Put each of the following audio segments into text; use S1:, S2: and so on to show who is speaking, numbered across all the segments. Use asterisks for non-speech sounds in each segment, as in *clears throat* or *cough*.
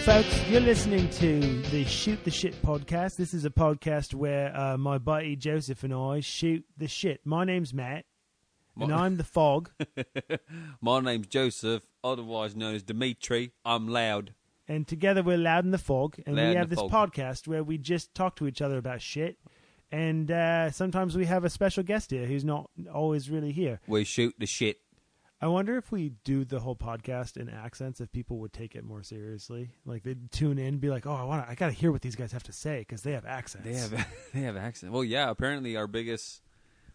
S1: folks. You're listening to the Shoot the Shit podcast. This is a podcast where uh, my buddy Joseph and I shoot the shit. My name's Matt, and
S2: My-
S1: I'm the
S2: *laughs*
S1: fog,
S2: My name's Joseph, otherwise known as Dimitri. I'm loud.
S1: and together we're Loud in the Fog, and
S2: Loud
S1: we
S2: in
S1: have
S2: the
S1: this
S2: Fog.
S1: podcast where we just talk to each other about shit. And uh, sometimes we have a special guest here who's not always really here.
S2: We shoot the shit.
S1: I wonder if we do the whole podcast in accents, if people would take it more seriously. Like they'd tune in, and be like, "Oh, I want to, I got to hear what these guys have to say because they have accents."
S2: They have *laughs* they have accent. Well, yeah. Apparently, our biggest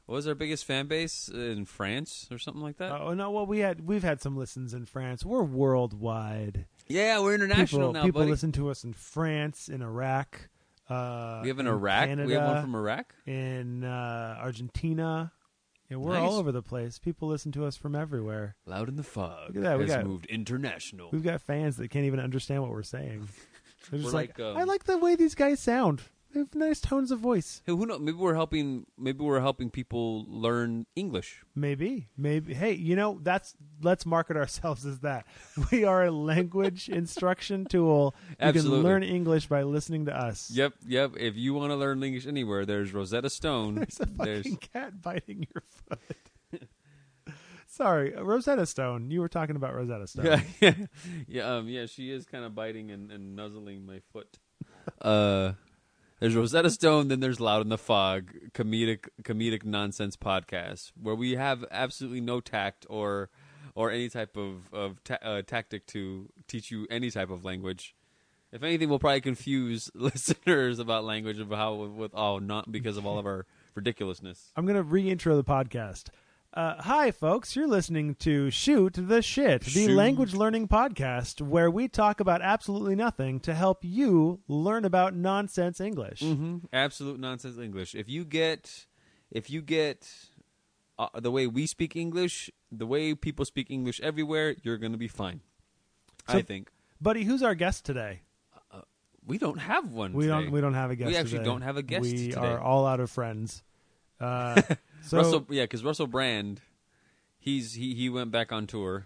S2: what was our biggest fan base in France or something like that.
S1: Oh no! Well, we had we've had some listens in France. We're worldwide.
S2: yeah, we're international
S1: people
S2: now,
S1: people
S2: buddy.
S1: listen to us in France, in Iraq. Uh,
S2: we have an
S1: in
S2: Iraq.
S1: Canada,
S2: we have one from Iraq.
S1: in uh, Argentina. Yeah, we're
S2: Nice.
S1: all over the place. People listen to us from everywhere.
S2: Loud in the fog.
S1: Look at that, we
S2: has
S1: got-
S2: moved international.
S1: We've got fans that can't even understand what we're
S2: *laughs*
S1: saying. They're just
S2: We're
S1: like,
S2: like, um,
S1: I like the way these guys sound. They have nice tones of voice.
S2: Hey, who knows? Maybe we're helping. Maybe we're helping people learn English.
S1: Maybe, maybe. Hey, you know, that's let's market ourselves as that. *laughs* We are a
S2: *laughs*
S1: language instruction tool. You
S2: Absolutely.
S1: can learn English by listening to us.
S2: Yep, yep. If you want to learn English anywhere, there's Rosetta
S1: *laughs* *laughs*
S2: Stone.
S1: There's a fucking cat biting your foot. *laughs* Sorry, Rosetta Stone. You were talking about Rosetta Stone.
S2: Yeah, yeah, *laughs* yeah. Um, yeah, she is kind of biting and, and nuzzling my foot. Uh, there's Rosetta Stone, then there's Loud in the Fog, comedic comedic nonsense podcast where we have absolutely no tact or or any type of of ta- uh, tactic to teach you any type of language. If anything, we'll probably confuse *laughs* listeners about language of how with all not because of all of our ridiculousness.
S1: I'm gonna re-intro the podcast. Uh, hi, folks. You're listening to Shoot the Shit, the
S2: Shoot.
S1: language learning podcast where we talk about absolutely nothing to help you learn about nonsense English.
S2: hmm Absolute nonsense English. If you get, if you get, uh, the way we speak English, the way people speak English everywhere, you're gonna be fine.
S1: So-
S2: I think
S1: Buddy, who's our guest today?
S2: we don't have one.
S1: We
S2: today.
S1: don't. We don't have a guest.
S2: We actually
S1: today.
S2: don't have a guest
S1: We
S2: today.
S1: are all out of friends. Uh,
S2: *laughs*
S1: so
S2: Russell, yeah, because Russell Brand, he's he he went back on tour.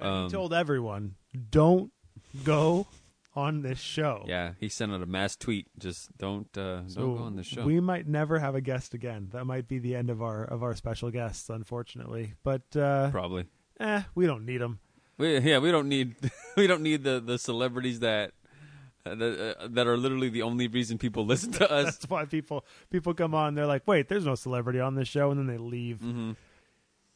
S2: um,
S1: he told everyone, don't go on this show.
S2: Yeah, he sent out a mass tweet. Just don't uh,
S1: So
S2: don't go on the show.
S1: We might never have a guest again. That might be the end of our of our special guests, unfortunately. But uh,
S2: Probably.
S1: eh, we don't need them.
S2: We, yeah, we don't need *laughs* we don't need the the celebrities that. That, uh, that are literally the only reason people listen to us.
S1: That's why people people come on. They're like, wait, there's no celebrity on this show, and then they leave.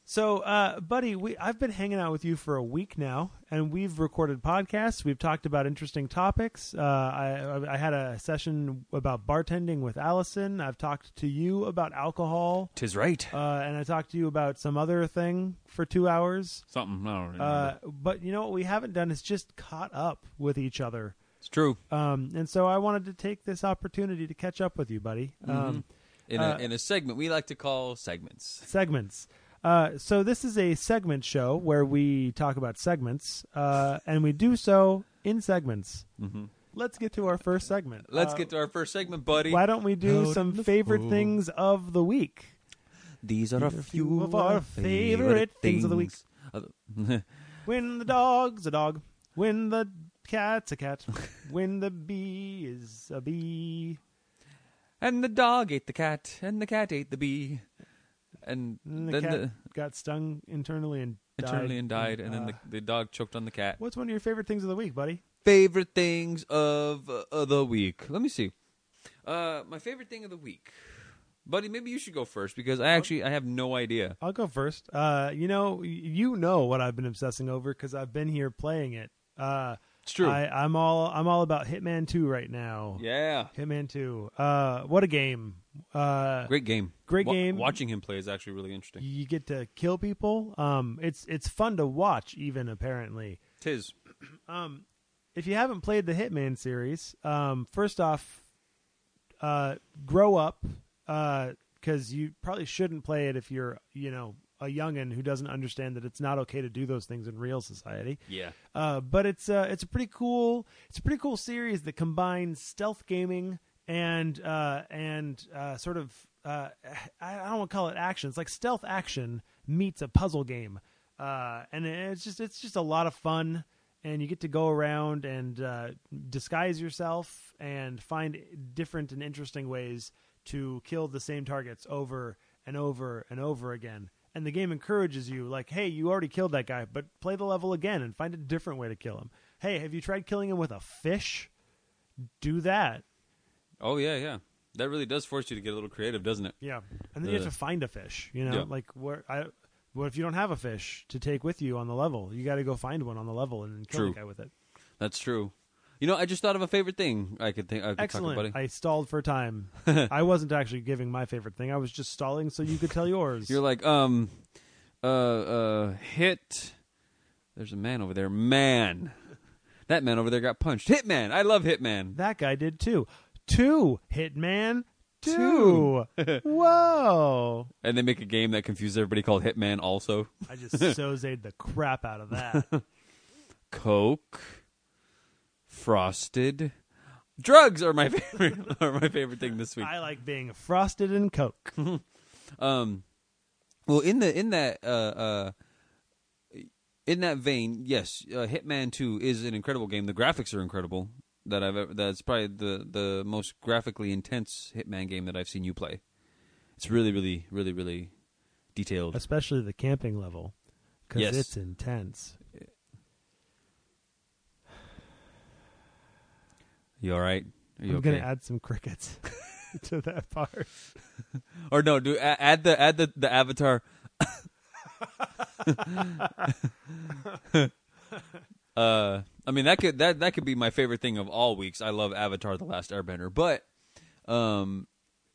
S1: So, uh, buddy, we I've been hanging out with you for a week now, and we've recorded podcasts. We've talked about interesting topics. Uh, I I- I had a session about bartending with Allison. I've talked to you about alcohol,
S2: Tis right.
S1: uh, and I talked to you about some other thing for two hours.
S2: Something. I don't remember.
S1: Uh, but you know what we haven't done is just caught up with each other.
S2: it's true.
S1: Um, and so I wanted to take this opportunity to catch up with you, buddy. Um,
S2: In,
S1: uh,
S2: a, in a segment we like to call segments.
S1: segments. Uh, so this is a segment show where we talk about segments, uh, and we do so in segments. Mm-hmm. Let's get to our first segment.
S2: Let's
S1: Uh,
S2: get to our first segment, buddy.
S1: Why don't we
S2: Out
S1: do
S2: in
S1: some
S2: the
S1: favorite
S2: fall.
S1: things of the week?
S2: These are a
S1: few of our favorite things of the week.
S2: week.
S1: When the dog's a dog, when the cat's a
S2: *laughs*
S1: cat, when the bee is a bee,
S2: and the dog ate the cat, and the cat ate the bee, and,
S1: and the
S2: then
S1: cat
S2: the
S1: got stung internally and
S2: internally
S1: died.
S2: and died, and then
S1: Uh,
S2: the, the dog choked on the cat.
S1: What's one of your favorite things of the week, buddy?
S2: Favorite things of uh, the week. Let me see. Uh, my favorite thing of the week, buddy. Maybe you should go first because I actually I have no idea.
S1: I'll go first. Uh, you know, y- you know what I've been obsessing over because I've been here playing it. Uh,
S2: It's true.
S1: I, I'm all I'm all about Hitman Two right now.
S2: yeah.
S1: Hitman Two. Uh, what a game! Uh,
S2: Great game.
S1: Great game.
S2: Watching him play is actually really interesting.
S1: you get to kill people. Um, it's it's fun to watch. Even apparently,
S2: Tis.
S1: um, if you haven't played the Hitman series, um, first off, uh, grow up because you probably shouldn't play it if you're you know a youngin who doesn't understand that it's not okay to do those things in real society.
S2: Yeah.
S1: Uh, but it's uh, it's a pretty cool it's a pretty cool series that combines stealth gaming and uh, and uh, sort of uh, I I don't want to call it action. It's like stealth action meets a puzzle game, uh, and it's just it's just a lot of fun. and you get to go around and uh, disguise yourself and find different and interesting ways to kill the same targets over and over and over again. And the game encourages you, like, hey, you already killed that guy, but play the level again and find a different way to kill him. Hey, have you tried killing him with a fish? Do that.
S2: Oh yeah, yeah. That really does force you to get a little creative, doesn't it?
S1: Yeah, and then you have
S2: Ugh.
S1: to find a fish. You know,
S2: Yeah.
S1: like where I. What if you don't have a fish to take with you on the level? You got to go find one on the level and kill
S2: True.
S1: the guy with it.
S2: That's true. You know, I just thought of a favorite thing I could think. I could Talk
S1: Excellent.
S2: about it.
S1: I stalled for time.
S2: *laughs*
S1: I wasn't actually giving my favorite thing. I was just stalling so you could tell yours.
S2: *laughs* You're like, um, uh, uh, hit. There's a man over there. Man, that man over there got punched. Hitman. I love Hitman.
S1: that guy did too. Two Hitman. Two.
S2: *laughs*
S1: Whoa.
S2: And they make a game that confuses everybody called Hitman. Also,
S1: I just *laughs* sozed the crap out of
S2: *laughs*
S1: that.
S2: Coke, Frosted, drugs are my *laughs* favorite. are my favorite thing this week.
S1: I like being frosted and
S2: *laughs*
S1: coke.
S2: Um, well, in the in that uh, uh, in that vein, yes, uh, Hitman Two is an incredible game. The graphics are incredible. That I've ever, that's probably the the most graphically intense Hitman game that I've seen you play. It's really, really, really, really detailed.
S1: Especially the camping level. Because
S2: Yes.
S1: it's intense.
S2: you all right? Are you
S1: I'm
S2: okay?
S1: gonna add some crickets *laughs* to that part.
S2: *laughs* or no? Do a- add the add the the avatar. *laughs* uh, I mean that could that that could be my favorite thing of all weeks. I love Avatar: The Last Airbender, but um,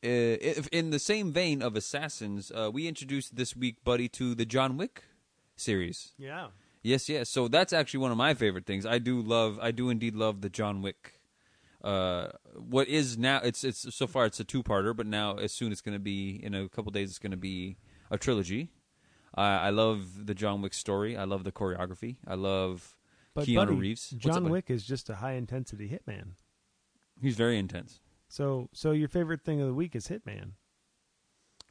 S2: i- if in the same vein of assassins, uh, we introduced this week, buddy, to the John Wick series.
S1: Yeah.
S2: Yes, yes. So that's actually one of my favorite things. I do love, I do indeed love the John Wick. Uh, what is now? It's it's so far it's a two parter, but now as soon it's going to be in a couple days it's going to be a trilogy. I I love the John Wick story. I love the choreography. I love
S1: But
S2: Keanu
S1: buddy,
S2: Reeves. What's up,
S1: John
S2: buddy?
S1: Wick is just a high intensity hitman.
S2: He's very intense.
S1: So so your favorite thing of the week is hitman.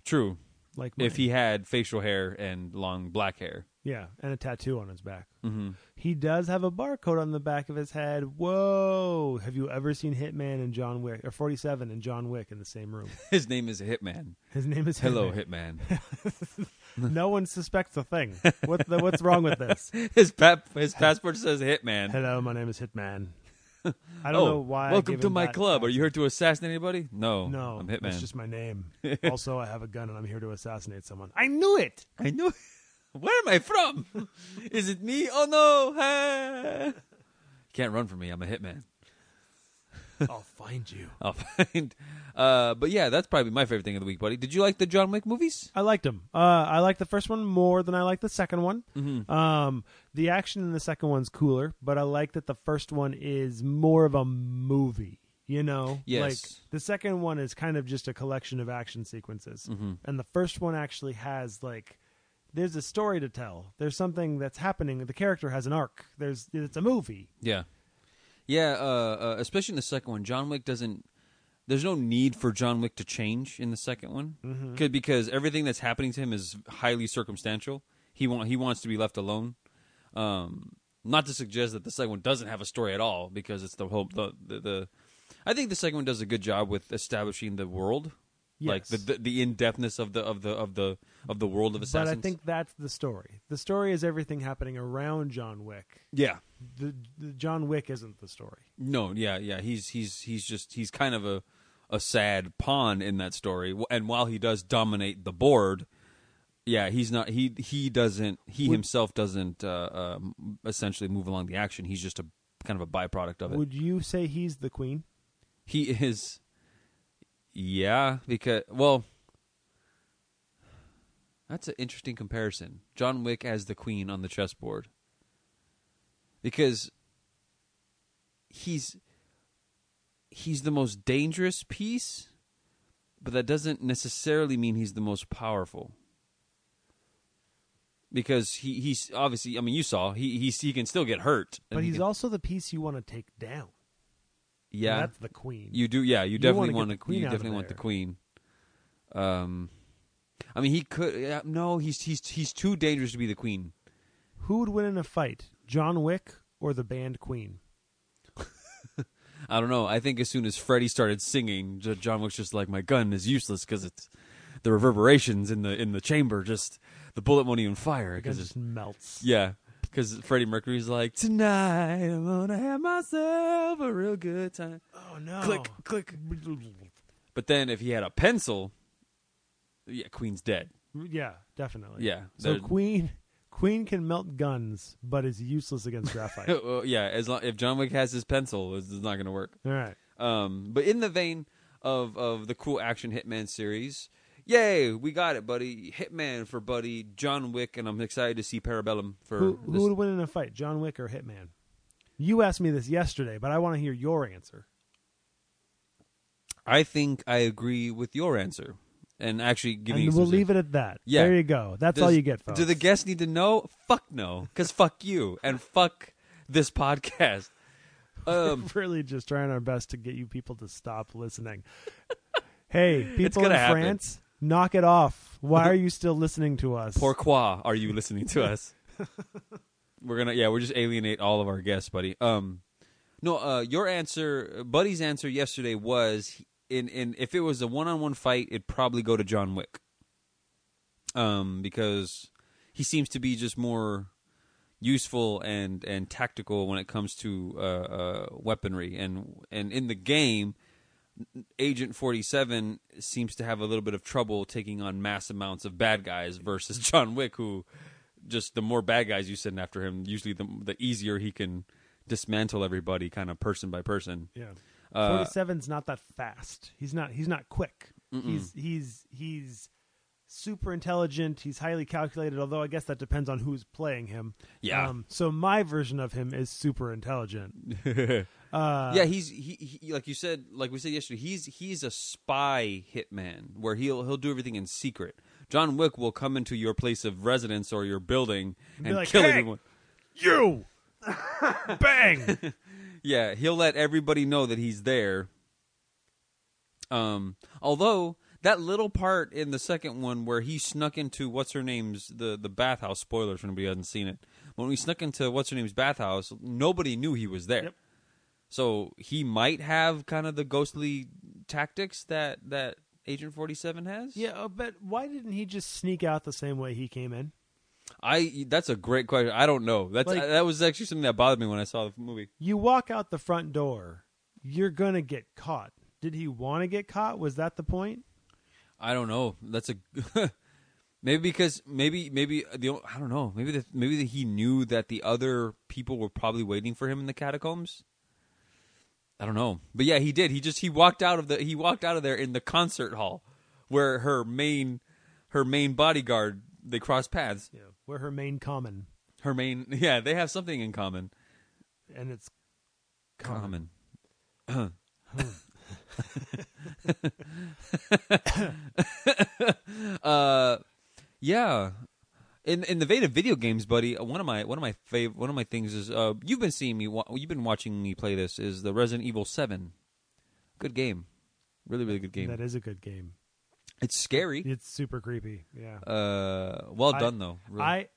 S2: True.
S1: Like
S2: If
S1: mine.
S2: he had facial hair and long black hair,
S1: Yeah, and a tattoo on his back.
S2: mm-hmm.
S1: He does have a barcode on the back of his head. Whoa! Have you ever seen Hitman and John Wick or 47 and John Wick in the same room?
S2: *laughs*
S1: *laughs*
S2: his name is Hitman.
S1: His name is
S2: Hello,
S1: Hitman.
S2: Hitman.
S1: no one suspects a thing. What the, what's wrong with
S2: *laughs*
S1: this?
S2: his pap- his passport says Hitman.
S1: Hello, my name is
S2: *laughs*
S1: Hitman. I don't know why. I
S2: Oh, Welcome
S1: gave
S2: to
S1: him
S2: my
S1: that
S2: club. Are you
S1: accent.
S2: here to assassinate anybody? No.
S1: No,
S2: I'm Hitman.
S1: That's just my name. also, I have a gun and I'm here to assassinate someone. I knew
S2: *laughs*
S1: it.
S2: *laughs* I know. Where am
S1: *laughs*
S2: I from? Is it me? Oh no! Ah. Can't run from me. I'm a hitman.
S1: I'll find you.
S2: I'll *laughs* find. Uh, but yeah, that's probably my favorite thing of the week, buddy. Did you like the John Wick movies?
S1: I liked him. Uh, I liked the first one more than I liked the second one.
S2: Mm-hmm.
S1: Um, the action in the second one's cooler, but I like that the first one is more of a movie. You know,
S2: Yes.
S1: like the second one is kind of just a collection of action sequences,
S2: Mm-hmm.
S1: and the first one actually has like there's a story to tell. There's something that's happening. The character has an arc. There's it's a movie.
S2: Yeah, yeah. Uh, uh, especially in the second one, John Wick doesn't. There's no need for John Wick to change in the second one,
S1: Mm-hmm.
S2: Could- because everything that's happening to him is highly circumstantial. He want he wants to be left alone. Um, not to suggest that the second one doesn't have a story at all, because it's the whole the the. the I think the second one does a good job with establishing the world, like
S1: Yes.
S2: the, the the in depthness of the of the of the of the world of
S1: But
S2: assassins.
S1: I think that's the story. The story is everything happening around John Wick.
S2: yeah,
S1: The, the John Wick isn't the story.
S2: No, yeah, yeah. He's he's he's just he's kind of a a sad pawn in that story. W- And while he does dominate the board, yeah, he's not he he doesn't he himself doesn't uh, um, essentially move along the action. He's just a kind of a byproduct of it.
S1: Would you say he's the queen?
S2: he is yeah, because well that's an interesting comparison. John Wick as the queen on the chessboard. Because he's he's the most dangerous piece, but that doesn't necessarily mean he's the most powerful. Because he, he's obviously, I mean, you saw he he, he can still get hurt, and
S1: But
S2: he
S1: he's
S2: can-
S1: also the piece you want to take down.
S2: yeah.
S1: that's the queen.
S2: You do, yeah. You
S1: wanna
S2: definitely
S1: get
S2: want
S1: the
S2: to.
S1: queen
S2: You
S1: out of
S2: definitely want the
S1: there.
S2: queen. Um, I mean, he could. Yeah, no, he's he's he's too dangerous to be the queen.
S1: Who would win in a fight, John Wick or the band Queen?
S2: I don't know. I think as soon as Freddie started singing, J- John was just like, "My gun is useless because it's the reverberations in the in the chamber. Just the bullet won't even fire
S1: Gun
S2: because it's
S1: just melts.
S2: *laughs* yeah." Because Freddie Mercury's like, "Tonight I'm gonna have myself a real good time."
S1: Oh no!
S2: Click, click. But then if he had a pencil, yeah, Queen's dead.
S1: Yeah, definitely.
S2: Yeah,
S1: So
S2: they're-
S1: Queen, Queen can melt guns, but is useless against graphite.
S2: *laughs*
S1: All
S2: Well, yeah, as long, if John Wick has his pencil, it's, it's not gonna work.
S1: right.
S2: Um, but in the vein of of the cool action Hitman series, yay, we got it, buddy. Hitman for buddy, John Wick, and I'm excited to see Parabellum for
S1: Who, who
S2: this.
S1: would win in a fight, John Wick or Hitman? You asked me this yesterday, but I want to hear your answer.
S2: I think I agree with your answer, and actually giving.
S1: And we'll leave it at that.
S2: Yeah.
S1: There you go. That's all you get, folks.
S2: Do the guests need to know? Fuck no, because fuck you and fuck
S1: *laughs*
S2: this podcast. Um,
S1: really just trying our best to get you people to stop listening. *laughs* hey, people in
S2: gonna happen.
S1: France, knock it off. Why are you still listening to us?
S2: pourquoi are you listening to us? we're gonna yeah, we're just alienate all of our guests, buddy. Um, no, uh, your answer, Buddy's answer yesterday was he- in in if it was a one on one fight, it'd probably go to John Wick. Um, because he seems to be just more useful and and tactical when it comes to uh, uh, weaponry and and in the game. Agent 47 seems to have a little bit of trouble taking on mass amounts of bad guys versus *laughs* John Wick, who just the more bad guys you send after him, usually the, the easier he can dismantle everybody kind of person by person.
S1: Yeah.
S2: Uh,
S1: 47's not that fast. He's not he's not quick. He's he's he's super intelligent. He's highly calculated, although I guess that depends on who's playing him. Um,
S2: Yeah.
S1: so my version of him is super intelligent. Uh,
S2: yeah, he's he, he like you said, like we said yesterday, he's he's a spy hitman where he'll he'll do everything in secret. John Wick will come into your place of residence or your building
S1: be
S2: and
S1: like,
S2: kill
S1: "Hey!"
S2: everyone.
S1: *laughs*
S2: *laughs*
S1: You Bang
S2: Yeah, he'll let everybody know that he's there. Um, although that little part in the second one where he snuck into what's her name's the the bathhouse spoilers for anybody who hasn't seen it. When we snuck into what's her name's bathhouse, nobody knew he was there.
S1: Yep.
S2: So he might have kind of the ghostly tactics that that Agent Forty Seven has.
S1: Yeah, oh, but why didn't he just sneak out the same way he came in?
S2: I that's a great question. I don't know. That's
S1: Like-
S2: that was actually something that bothered me when I saw the movie.
S1: You walk out the front door, you're gonna get caught. Did he want to get caught? Was that the point?
S2: I don't know. That's a *laughs* maybe because maybe maybe the o- I don't know. Maybe the, maybe that he knew that the other people were probably waiting for him in the catacombs. I don't know, but yeah, he did. He just he walked out of the he walked out of there in the concert hall where her main her main bodyguard they cross paths.
S1: Yeah, where her main common,
S2: Her main *laughs* yeah they have something in common.
S1: and it's
S2: Common. *coughs* uh, yeah. In in the vein of video games, buddy, uh, one of my one of my fav- one of my things is uh, you've been seeing me wa- you've been watching me play this is the Resident Evil Seven. Good game, really really good game.
S1: that is a good game.
S2: It's scary.
S1: It's super creepy. Yeah,
S2: Uh, well
S1: I-
S2: done though. really.
S1: I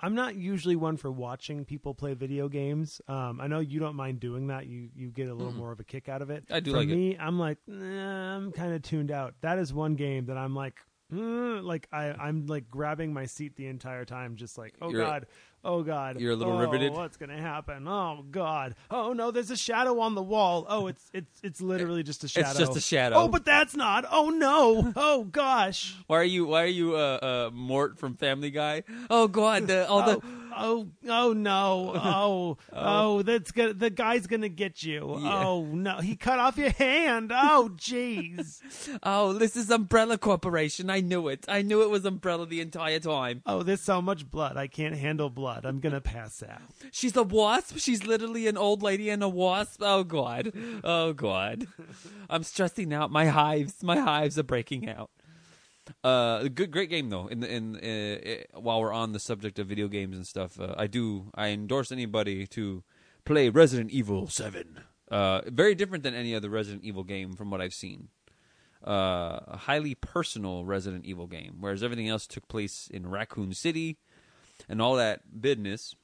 S1: I'm not usually one for watching people play video games. Um, I know you don't mind doing that. You you get a little more of a kick out of it.
S2: I do
S1: for
S2: like it.
S1: me, I'm like nah, I'm kind of tuned out. That is one game that I'm like. mm, Like I, I'm like grabbing my seat the entire time, just like, oh
S2: You're-
S1: god, oh god,
S2: you're a little
S1: oh,
S2: riveted?
S1: What's gonna happen? Oh god, oh no, there's a shadow on the wall. Oh, it's it's it's literally just a shadow.
S2: just a shadow.
S1: Oh, but that's not. Oh no. Oh gosh.
S2: why are you why are you uh, uh Mort from Family Guy? Oh God, the, all the
S1: *laughs* oh, oh no! *laughs* Oh, oh, that's gonna the guy's gonna get you.
S2: Yeah.
S1: Oh no, he cut off your hand. Oh, *laughs* jeez.
S2: Oh, this is Umbrella Corporation. I knew it. I knew it was Umbrella the entire time.
S1: oh, there's so much blood. I can't handle blood. I'm gonna pass out.
S2: She's a wasp. She's literally an old lady and a wasp. Oh, God. Oh, God. I'm stressing out. My hives, my hives are breaking out. Uh, good, great game though. In the in uh, uh, while we're on the subject of video games and stuff, uh, I do I endorse anybody to play Resident Evil Seven. Uh, very different than any other Resident Evil game from what I've seen. Uh, a highly personal Resident Evil game, whereas everything else took place in Raccoon City and all that business.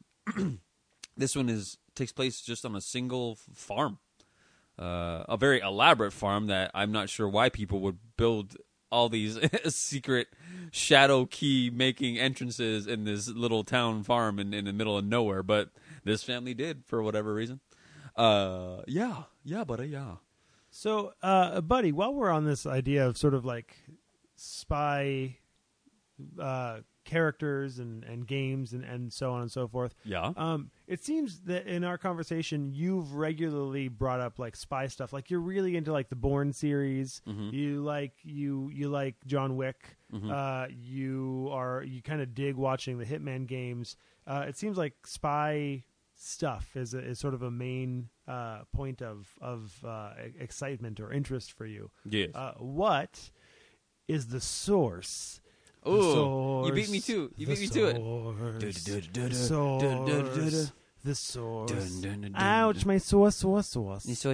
S2: this one is takes place just on a single f- farm, uh, a very elaborate farm that I'm not sure why people would build all these secret shadow key making entrances in this little town farm in, in the middle of nowhere, but this family did for whatever reason. Uh, yeah, yeah, buddy, yeah.
S1: So, uh, buddy, while we're on this idea of sort of like spy uh, characters and, and games and, and so on and so forth,
S2: Yeah.
S1: um, it seems that in our conversation, you've regularly brought up like spy stuff. Like you're really into like the Bourne series.
S2: Mm-hmm.
S1: You like you you like John Wick. Uh, you are you kind of dig watching the Hitman games. Uh, it seems like spy stuff is a, is sort of a main uh, point of of uh, e- excitement or interest for you.
S2: Yes.
S1: Uh, what is the source? The
S2: Ooh, you beat me
S1: source,
S2: too. You
S1: the
S2: beat me to it.
S1: source.
S2: Du-du-du-du-du,
S1: Source.
S2: du-du-du-du-du.
S1: The source.
S2: Dun, dun, dun, dun,
S1: Ouch, my sauce, sauce, sauce.
S2: it's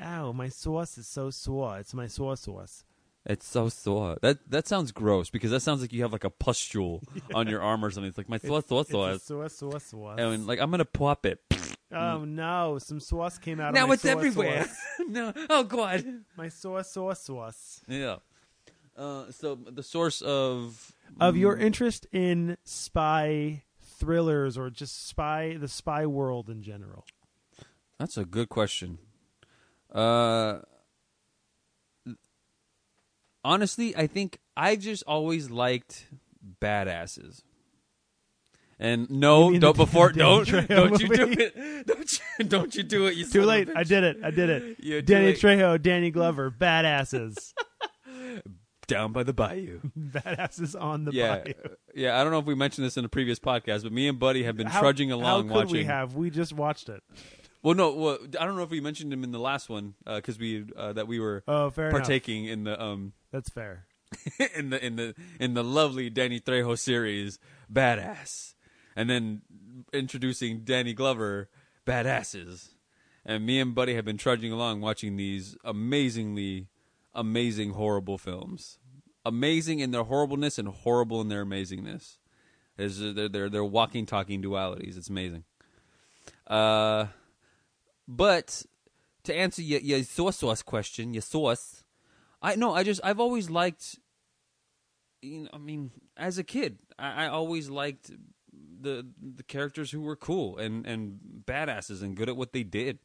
S1: Ow, my sauce is so sore. It's my sauce, sauce.
S2: so sore. That that sounds gross because that sounds like you have like
S1: *laughs*
S2: a pustule on your arm or something. It's like my sore sore
S1: It's a
S2: sore.
S1: sauce, sauce, sauce.
S2: And like I'm gonna pop it.
S1: Oh no, some sauce came out of
S2: now
S1: my
S2: it's
S1: sauce,
S2: everywhere.
S1: sauce.
S2: *laughs* no, oh god.
S1: My sauce, sauce, sauce.
S2: Yeah. Uh, so the source of
S1: Of your interest in spy thrillers or just spy, the spy world in general.
S2: that's a good question. Uh, honestly, I think I just always liked badasses. And
S1: You
S2: no,
S1: mean *laughs*
S2: don't
S1: the
S2: before
S1: Danny
S2: don't
S1: Trejo
S2: don't you do
S1: movie?
S2: it *laughs* don't you don't you do it you son
S1: Too
S2: of a
S1: late. I
S2: bitch.
S1: did it. I did it.
S2: You're too
S1: Danny
S2: late.
S1: Trejo, Danny Glover, badasses.
S2: down by the bayou.
S1: badasses on the
S2: *laughs* yeah,
S1: bayou.
S2: yeah. I don't know if we mentioned this in a previous podcast, but me and Buddy have been
S1: How-
S2: trudging along
S1: How could
S2: watching.
S1: we have? We just watched it.
S2: Well, no, well, I don't know if we mentioned him in the last one because we uh, that we were
S1: Oh, fair enough.
S2: partaking in the um
S1: That's fair.
S2: *laughs* in the in the in the lovely Danny Trejo series, badass, and then introducing Danny Glover, badasses, and me and Buddy have been trudging along watching these amazingly amazing horrible films, amazing in their horribleness and horrible in their amazingness. There's they're they're, they're walking talking dualities. It's amazing. Uh, but to answer your your sauce sauce question, your sauce, I no, I just I've always liked. You know, I mean, as a kid, I, I always liked the the characters who were cool and and badasses and good at what they did.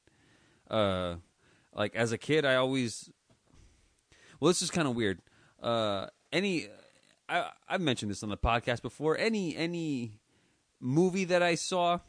S2: Uh, like as a kid, I always. Well, this is kind of weird. Uh, any, I I've mentioned this on the podcast before. Any any movie that I saw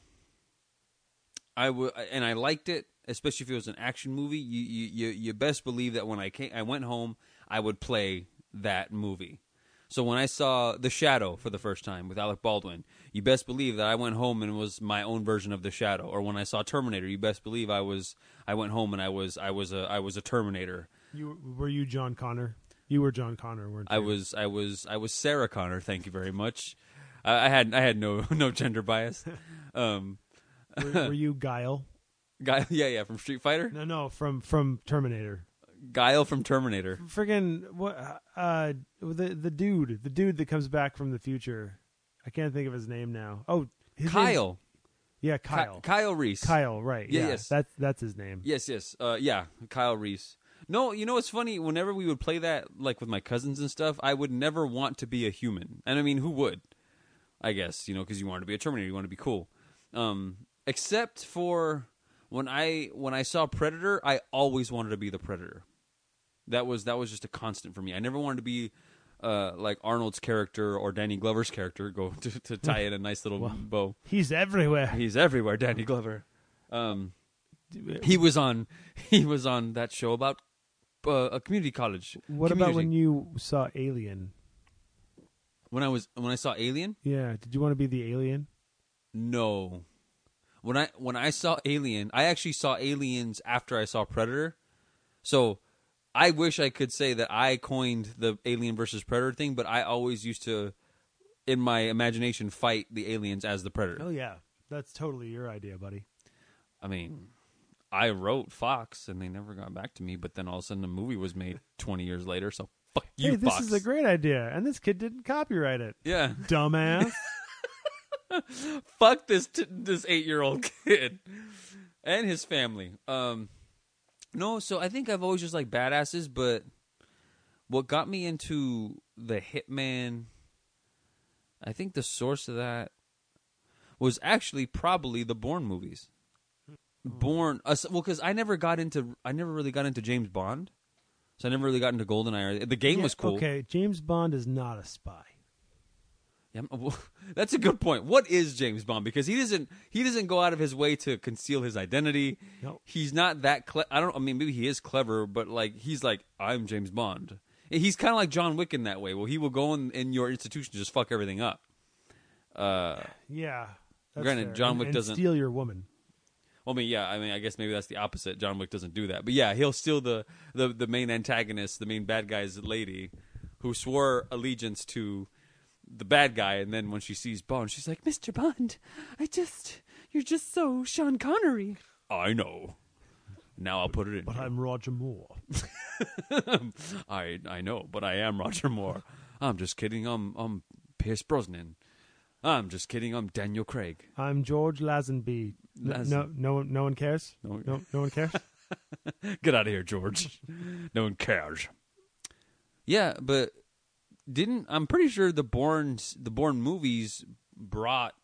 S2: I w- and I liked it, especially if it was an action movie. You, you you you best believe that when I came, I went home, I would play that movie. So when I saw The Shadow for the first time with Alec Baldwin, you best believe that I went home and was my own version of The Shadow. Or when I saw Terminator, you best believe I was I went home and I was I was a I was a Terminator.
S1: You were you John Connor? You were John Connor, weren't you?
S2: I was I was I was Sarah Connor. Thank you very much. I, I had I had no *laughs* no
S1: *laughs*
S2: gender bias. Um,
S1: were, were you Guile?
S2: guy, yeah, yeah, from Street Fighter,
S1: *laughs* No, no, from from Terminator.
S2: Guile from Terminator.
S1: Friggin' what? Uh, the the dude, the dude that comes back from the future. I can't think of his name now. Oh, his name's-
S2: Kyle.
S1: Yeah,
S2: Ki-
S1: Kyle.
S2: Kyle Reese.
S1: Kyle. Right.
S2: Yeah,
S1: Yeah.
S2: yes.
S1: That's that's his name.
S2: Yes, yes. Uh, yeah, Kyle Reese. No, you know what's funny? Whenever we would play that, like with my cousins and stuff, I would never want to be a human. And I mean, who would? I guess you know because you want to be a Terminator, you want to be cool. Um, except for when I when I saw Predator, I always wanted to be the Predator. That was that was just a constant for me. I never wanted to be uh, like Arnold's character or Danny Glover's character. Go *laughs* to, to tie in a nice little bow.
S1: He's everywhere.
S2: He's everywhere, Danny Glover. Um, he was on *laughs* he was on that show about uh, a community college.
S1: What about
S2: Community.
S1: when you saw Alien?
S2: when I was when I saw Alien?
S1: Yeah. Did you want to be the alien?
S2: No. When I when I saw Alien, I actually saw Aliens after I saw Predator. So I wish I could say that I coined the Alien versus Predator thing, but I always used to in my imagination fight the aliens as the predator.
S1: Oh yeah, that's totally your idea, buddy.
S2: I mean, I wrote Fox and they never got back to me, but then all of a sudden a movie was made 20 years later, so fuck you,
S1: hey, this
S2: Fox.
S1: is a great idea, and this kid didn't copyright it.
S2: yeah.
S1: Dumbass.
S2: Fuck this t- this eight year old *laughs* kid and his family. Um, no, so I think I've always just like badasses, but what got me into the hitman, I think the source of that was actually probably the Bourne movies.
S1: Hmm.
S2: Bourne, uh, well, because I never got into, I never really got into James Bond, so I never really got into Goldeneye. or- The game
S1: Yeah,
S2: was cool.
S1: Okay, James Bond is not a spy.
S2: Yeah, *laughs* I'm- well, that's a good point. What is James Bond? Because he doesn't he doesn't go out of his way to conceal his identity.
S1: No.
S2: He's not that cle- I don't I mean maybe he is clever, but like he's like I'm James Bond. And He's kind of like John Wick in that way. Well, he will go in, in your institution to just fuck everything up. Uh,
S1: Yeah. that's
S2: Granted,
S1: fair.
S2: John
S1: And-
S2: Wick
S1: and
S2: doesn't-
S1: steal your woman.
S2: well, I mean, yeah, I mean, I guess maybe that's the opposite. John Wick doesn't do that, but yeah, he'll steal the the, the main antagonist, the main bad guy's lady, who swore allegiance to the bad guy, and then when she sees Bond, she's like, "Mr. Bond, I just, you're just so Sean Connery." I know. Now I'll put it in.
S1: But
S2: you.
S1: I'm Roger Moore.
S2: *laughs* I I know, but I am Roger Moore. I'm just kidding. I'm I'm Pierce Brosnan. I'm just kidding. I'm Daniel Craig.
S1: I'm George Lazenby. N-
S2: Lazen-
S1: No, no, one- no one cares.
S2: No one-
S1: no, no one cares. *laughs*
S2: *laughs* Get out of here, George. No one cares. Yeah, but didn't I'm pretty sure the Born the Born movies brought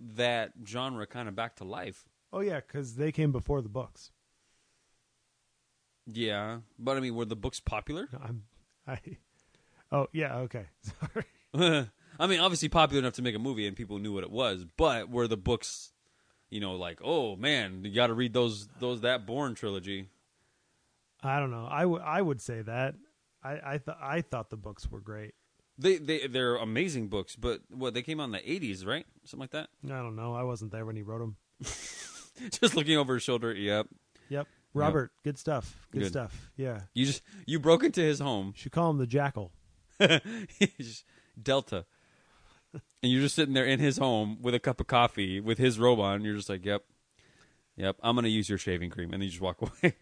S2: that genre kind of back to life.
S1: oh yeah, because they came before the books.
S2: Yeah, but I mean, were the books popular?
S1: I'm, I, oh yeah, okay, *laughs* sorry.
S2: *laughs* I mean, obviously popular enough to make a movie and people knew what it was, but were the books, you know, like, oh man, you got to read those those that Born trilogy.
S1: I don't know. I would I would say that. I I thought I thought the books were great.
S2: They they they're amazing books, but what they came out in the 80s, right? Something like that.
S1: I don't know. I wasn't there when he wrote them.
S2: *laughs* Just looking over his shoulder. Yep.
S1: Yep. Robert, good stuff. Good,
S2: Good.
S1: stuff. Yeah.
S2: You just you broke into his home, *laughs*
S1: You should call him the Jackal.
S2: He's Delta, and you're just sitting there in his home with a cup of coffee with his robe on. You're just like, "Yep, yep, I'm gonna use your shaving cream," and then you just walk *laughs* away.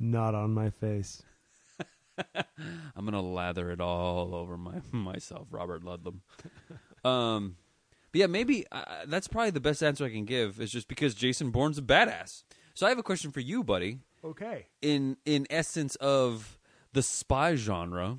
S1: Not on my face.
S2: I'm gonna lather it all over my myself, Robert Ludlum. Um, but yeah, maybe uh, that's probably the best answer I can give is just because Jason Bourne's a badass. So I have a question for you, buddy.
S1: Okay.
S2: in in essence of the spy genre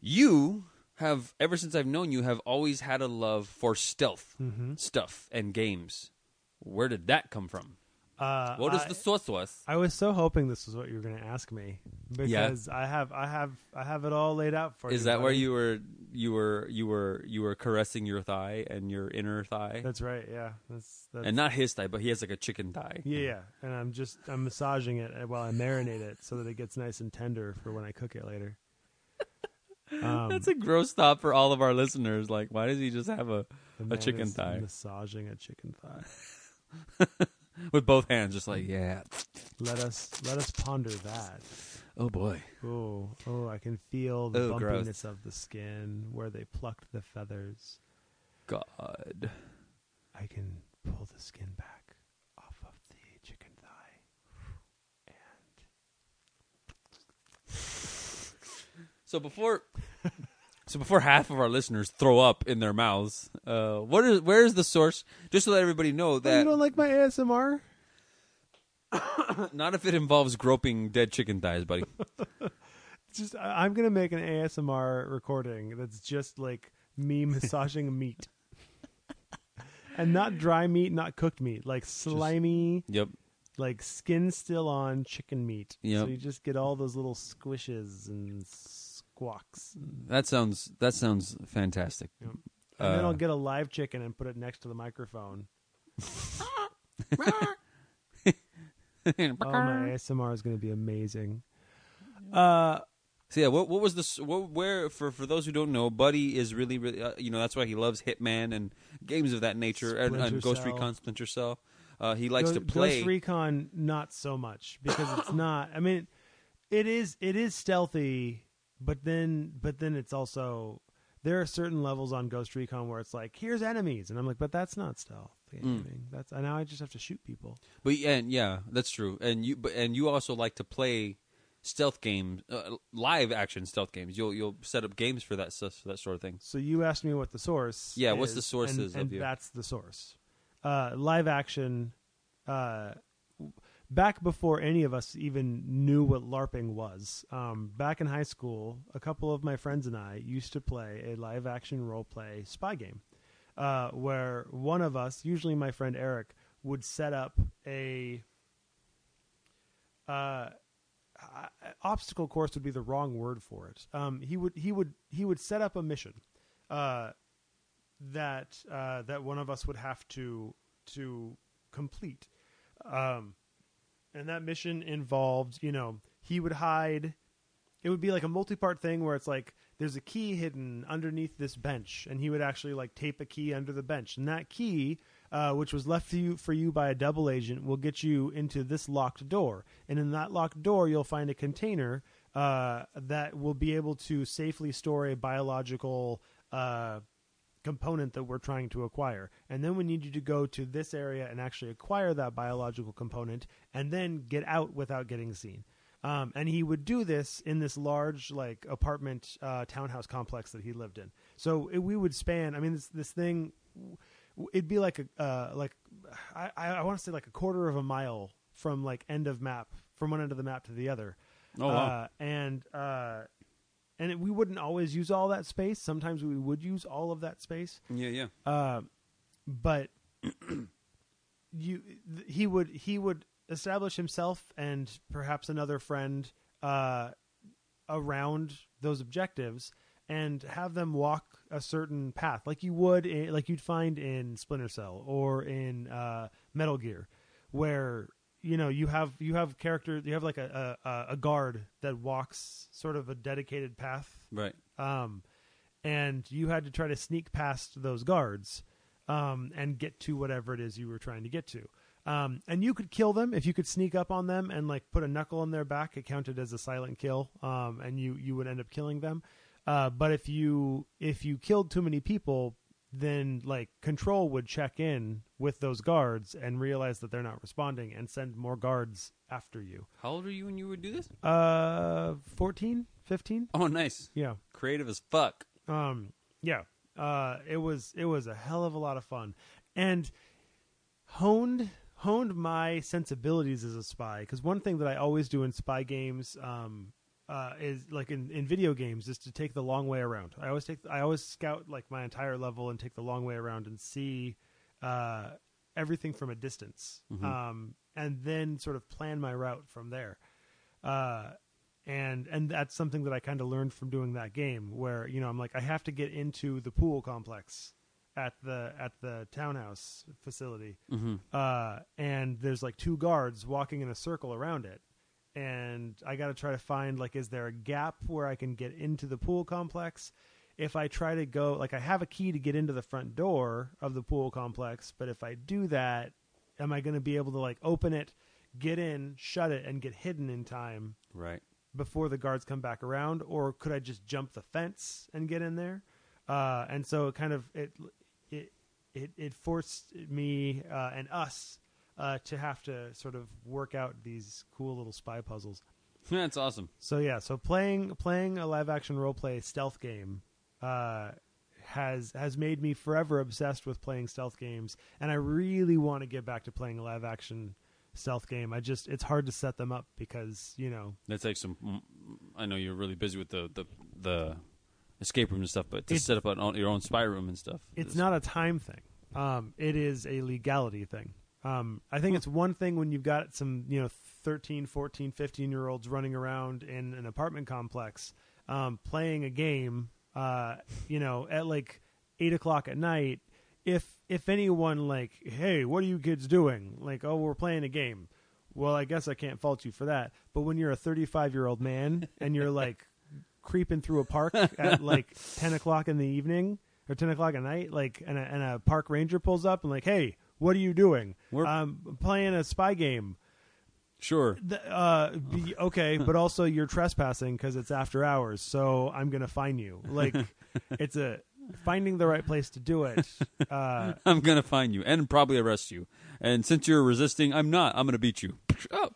S2: you have ever since i've known you have always had a love for stealth
S1: Mm-hmm.
S2: stuff and games where did that come from
S1: Uh,
S2: what is
S1: I,
S2: the source was
S1: I was so hoping this was what you were going to ask me because I have I have I have it all laid out for you.
S2: is that where
S1: buddy.
S2: you were you were you were you were caressing your thigh and your inner thigh
S1: That's right. Yeah. That's that's
S2: and not his thigh but he has like a chicken thigh
S1: yeah, yeah. And I'm just I'm massaging it while I marinate it so that it gets nice and tender for when I cook it
S2: *laughs*
S1: later. Um,
S2: that's a gross thought for all of our listeners like why does he just have a
S1: the
S2: a
S1: man
S2: chicken
S1: is
S2: thigh.
S1: Massaging a chicken thigh.
S2: with both hands just like yeah
S1: Let us let us ponder that.
S2: oh boy
S1: Oh, oh, I can feel the
S2: Oh, gross.
S1: bumpiness of the skin where they plucked the feathers.
S2: god
S1: I can pull the skin back off of the chicken thigh. And
S2: So before, *laughs* so before half of our listeners throw up in their mouths, uh, what is where is the source? Just to let everybody know
S1: Oh, you
S2: that
S1: don't like my ASMR?
S2: not if it involves groping dead chicken thighs, buddy. *laughs*
S1: It's just I, I'm gonna make an ASMR recording that's just like *laughs* me massaging meat. And not dry meat, not cooked meat, like slimy,
S2: yep.
S1: like skin still on chicken meat.
S2: Yep.
S1: So you just get all those little squishes and squawks.
S2: That sounds that sounds fantastic.
S1: Yep. And then
S2: Uh,
S1: I'll get a live chicken and put it next to the microphone.
S2: *laughs*
S1: Oh, my ASMR is going to be amazing. Uh,
S2: So yeah, what what was this? What, where for for those who don't know, Buddy is really really uh, you know that's why he loves Hitman and games of that nature and, and
S1: Splinter
S2: Ghost
S1: Cell.
S2: Recon Splinter Cell. Uh, he likes
S1: Ghost,
S2: to play.
S1: Ghost Recon, not so much because it's not. I mean, it is it is stealthy, but then but then it's also there are certain levels on Ghost Recon where it's like here's enemies, and I'm like, but that's not stealth
S2: Hmm.
S1: gaming. That's and now I just have to shoot people.
S2: But yeah, and yeah, that's true. And you but and you also like to play stealth games, uh, live action stealth games. You'll you'll set up games for that sus- that sort of thing.
S1: So you asked me what the source.
S2: Yeah, what's the
S1: is,
S2: source
S1: and,
S2: is of
S1: and
S2: you?
S1: that's the source. Uh, live action. Uh, back before any of us even knew what LARPing was. Um, back in high school, a couple of my friends and I used to play a live action role play spy game, uh, where one of us, usually my friend Eric, would set up a uh, obstacle course would be the wrong word for it. Um, he would he would he would set up a mission uh, that uh, that one of us would have to to complete, um, and that mission involved you know he would hide. It would be like a multi-part thing where it's like there's a key hidden underneath this bench, and he would actually like tape a key under the bench, and that key. Uh, which was left to you for you by a double agent will get you into this locked door, and in that locked door you'll find a container uh, that will be able to safely store a biological uh, component that we're trying to acquire. And then we need you to go to this area and actually acquire that biological component and then get out without getting seen. Um, and he would do this in this large, like, apartment uh, townhouse complex that he lived in. So it, we would span, I mean, this, this thing, it'd be like a, uh, like, I, I want to say like a quarter of a mile from, like, end of map, from one end of the map to the other.
S2: Oh, wow.
S1: Uh, and, uh, and it, we wouldn't always use all that space. Sometimes we would use all of that space,
S2: Yeah, yeah.
S1: but you th- he would he would establish himself and perhaps another friend uh, around those objectives and have them walk a certain path, like you would in, like you'd find in Splinter Cell or in uh, Metal Gear, where you know you have you have characters you have like a, a- a a guard that walks sort of a dedicated path
S2: right.
S1: um, and you had to try to sneak past those guards um, and get to whatever it is you were trying to get to. Um, and you could kill them if you could sneak up on them and like put a knuckle in their back. It counted as a silent kill, um, and you you would end up killing them. Uh, but if you if you killed too many people, then like control would check in with those guards and realize that they're not responding and send more guards after you.
S2: How old are you when you would do this?
S1: Uh, 14, 15?
S2: Oh, nice.
S1: Yeah.
S2: Creative as fuck.
S1: um yeah uh it was it was a hell of a lot of fun and honed honed my sensibilities as a spy because one thing that i always do in spy games um uh, is like in, in video games is to take the long way around i always take i always scout like my entire level and take the long way around and see uh everything from a distance um and then sort of plan my route from there uh, and and that's something that I kind of learned from doing that game, where you know I'm like I have to get into the pool complex at the at the townhouse facility, uh, and there's like two guards walking in a circle around it, and I got to try to find like is there a gap where I can get into the pool complex. If I try to go, like I have a key to get into the front door of the pool complex, but if I do that, am I going to be able to like open it, get in, shut it, and get hidden in time
S2: Right. *laughs*
S1: before the guards come back around, or could I just jump the fence and get in there? Uh, and so it kind of it it it, it forced me uh, and us uh, to have to sort of work out these cool little spy puzzles.
S2: That's awesome.
S1: So yeah, so playing playing a live action role play stealth game uh, has has made me forever obsessed with playing stealth games, and I really want to get back to playing a live action stealth game. I just it's hard to set them up because you know
S2: That takes some. mm, I know you're really busy with the the, the escape room and stuff, but to
S1: It-
S2: set up an, own- your own spy room and stuff.
S1: it's not a time thing. Um, it is a legality thing. Um, I think it's one thing when you've got some, you know, 13, 14, 15 year olds running around in an apartment complex, um, playing a game, uh, you know, at like eight o'clock at night. If, if anyone like, Hey, what are you kids doing? Like, Oh, we're playing a game. Well, I guess I can't fault you for that. But when you're a 35 year old man and you're like creeping through a park at like 10 o'clock in the evening or 10 o'clock at night, like, and a, and a park ranger pulls up and like, hey, what are you doing?
S2: We're-
S1: um, playing a spy game.
S2: Sure. *laughs*
S1: Th- uh, be, okay, but also you're trespassing because it's after hours, so I'm gonna fine you. Like, it's a finding the right place to do it. Uh,
S2: I'm gonna find you and probably arrest you. And since you're resisting, I'm not. I'm gonna beat you. Oh,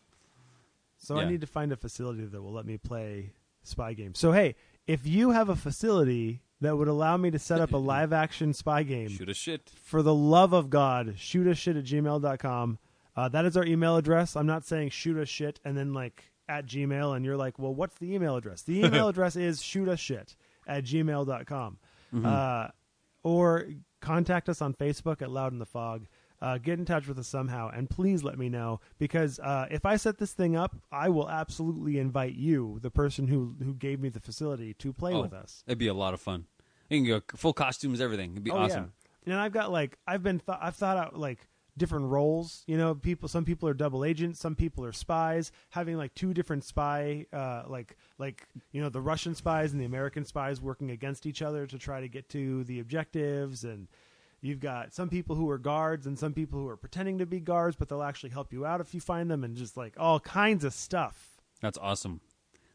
S1: So I
S2: Yeah.
S1: need to find a facility that will let me play spy games. So hey, if you have a facility that would allow me to set up a live action spy game,
S2: Shoot a shit.
S1: for the love of God, shoot us shit at gmail.com. Uh, that is our email address. I'm not saying shoot us shit and then like at Gmail and you're like, well, what's the email address? The email address is shoot us shit at gmail.com. Uh, or contact us on Facebook at Loud in the Fog. Uh, get in touch with us somehow and please let me know because uh, if I set this thing up, I will absolutely invite you, the person who, who gave me the facility, to play
S2: Oh,
S1: with us. Oh,
S2: That'd be a lot of fun. You can go full costumes, everything. It'd be awesome.
S1: Yeah. And I've got like I've been th- I've thought out like different roles. You know, people. Some people are double agents. Some people are spies. Having like two different spy, uh, like like you know the Russian spies and the American spies working against each other to try to get to the objectives and. You've got some people who are guards and some people who are pretending to be guards, but they'll actually help you out if you find them, and just like all kinds of stuff.
S2: That's awesome.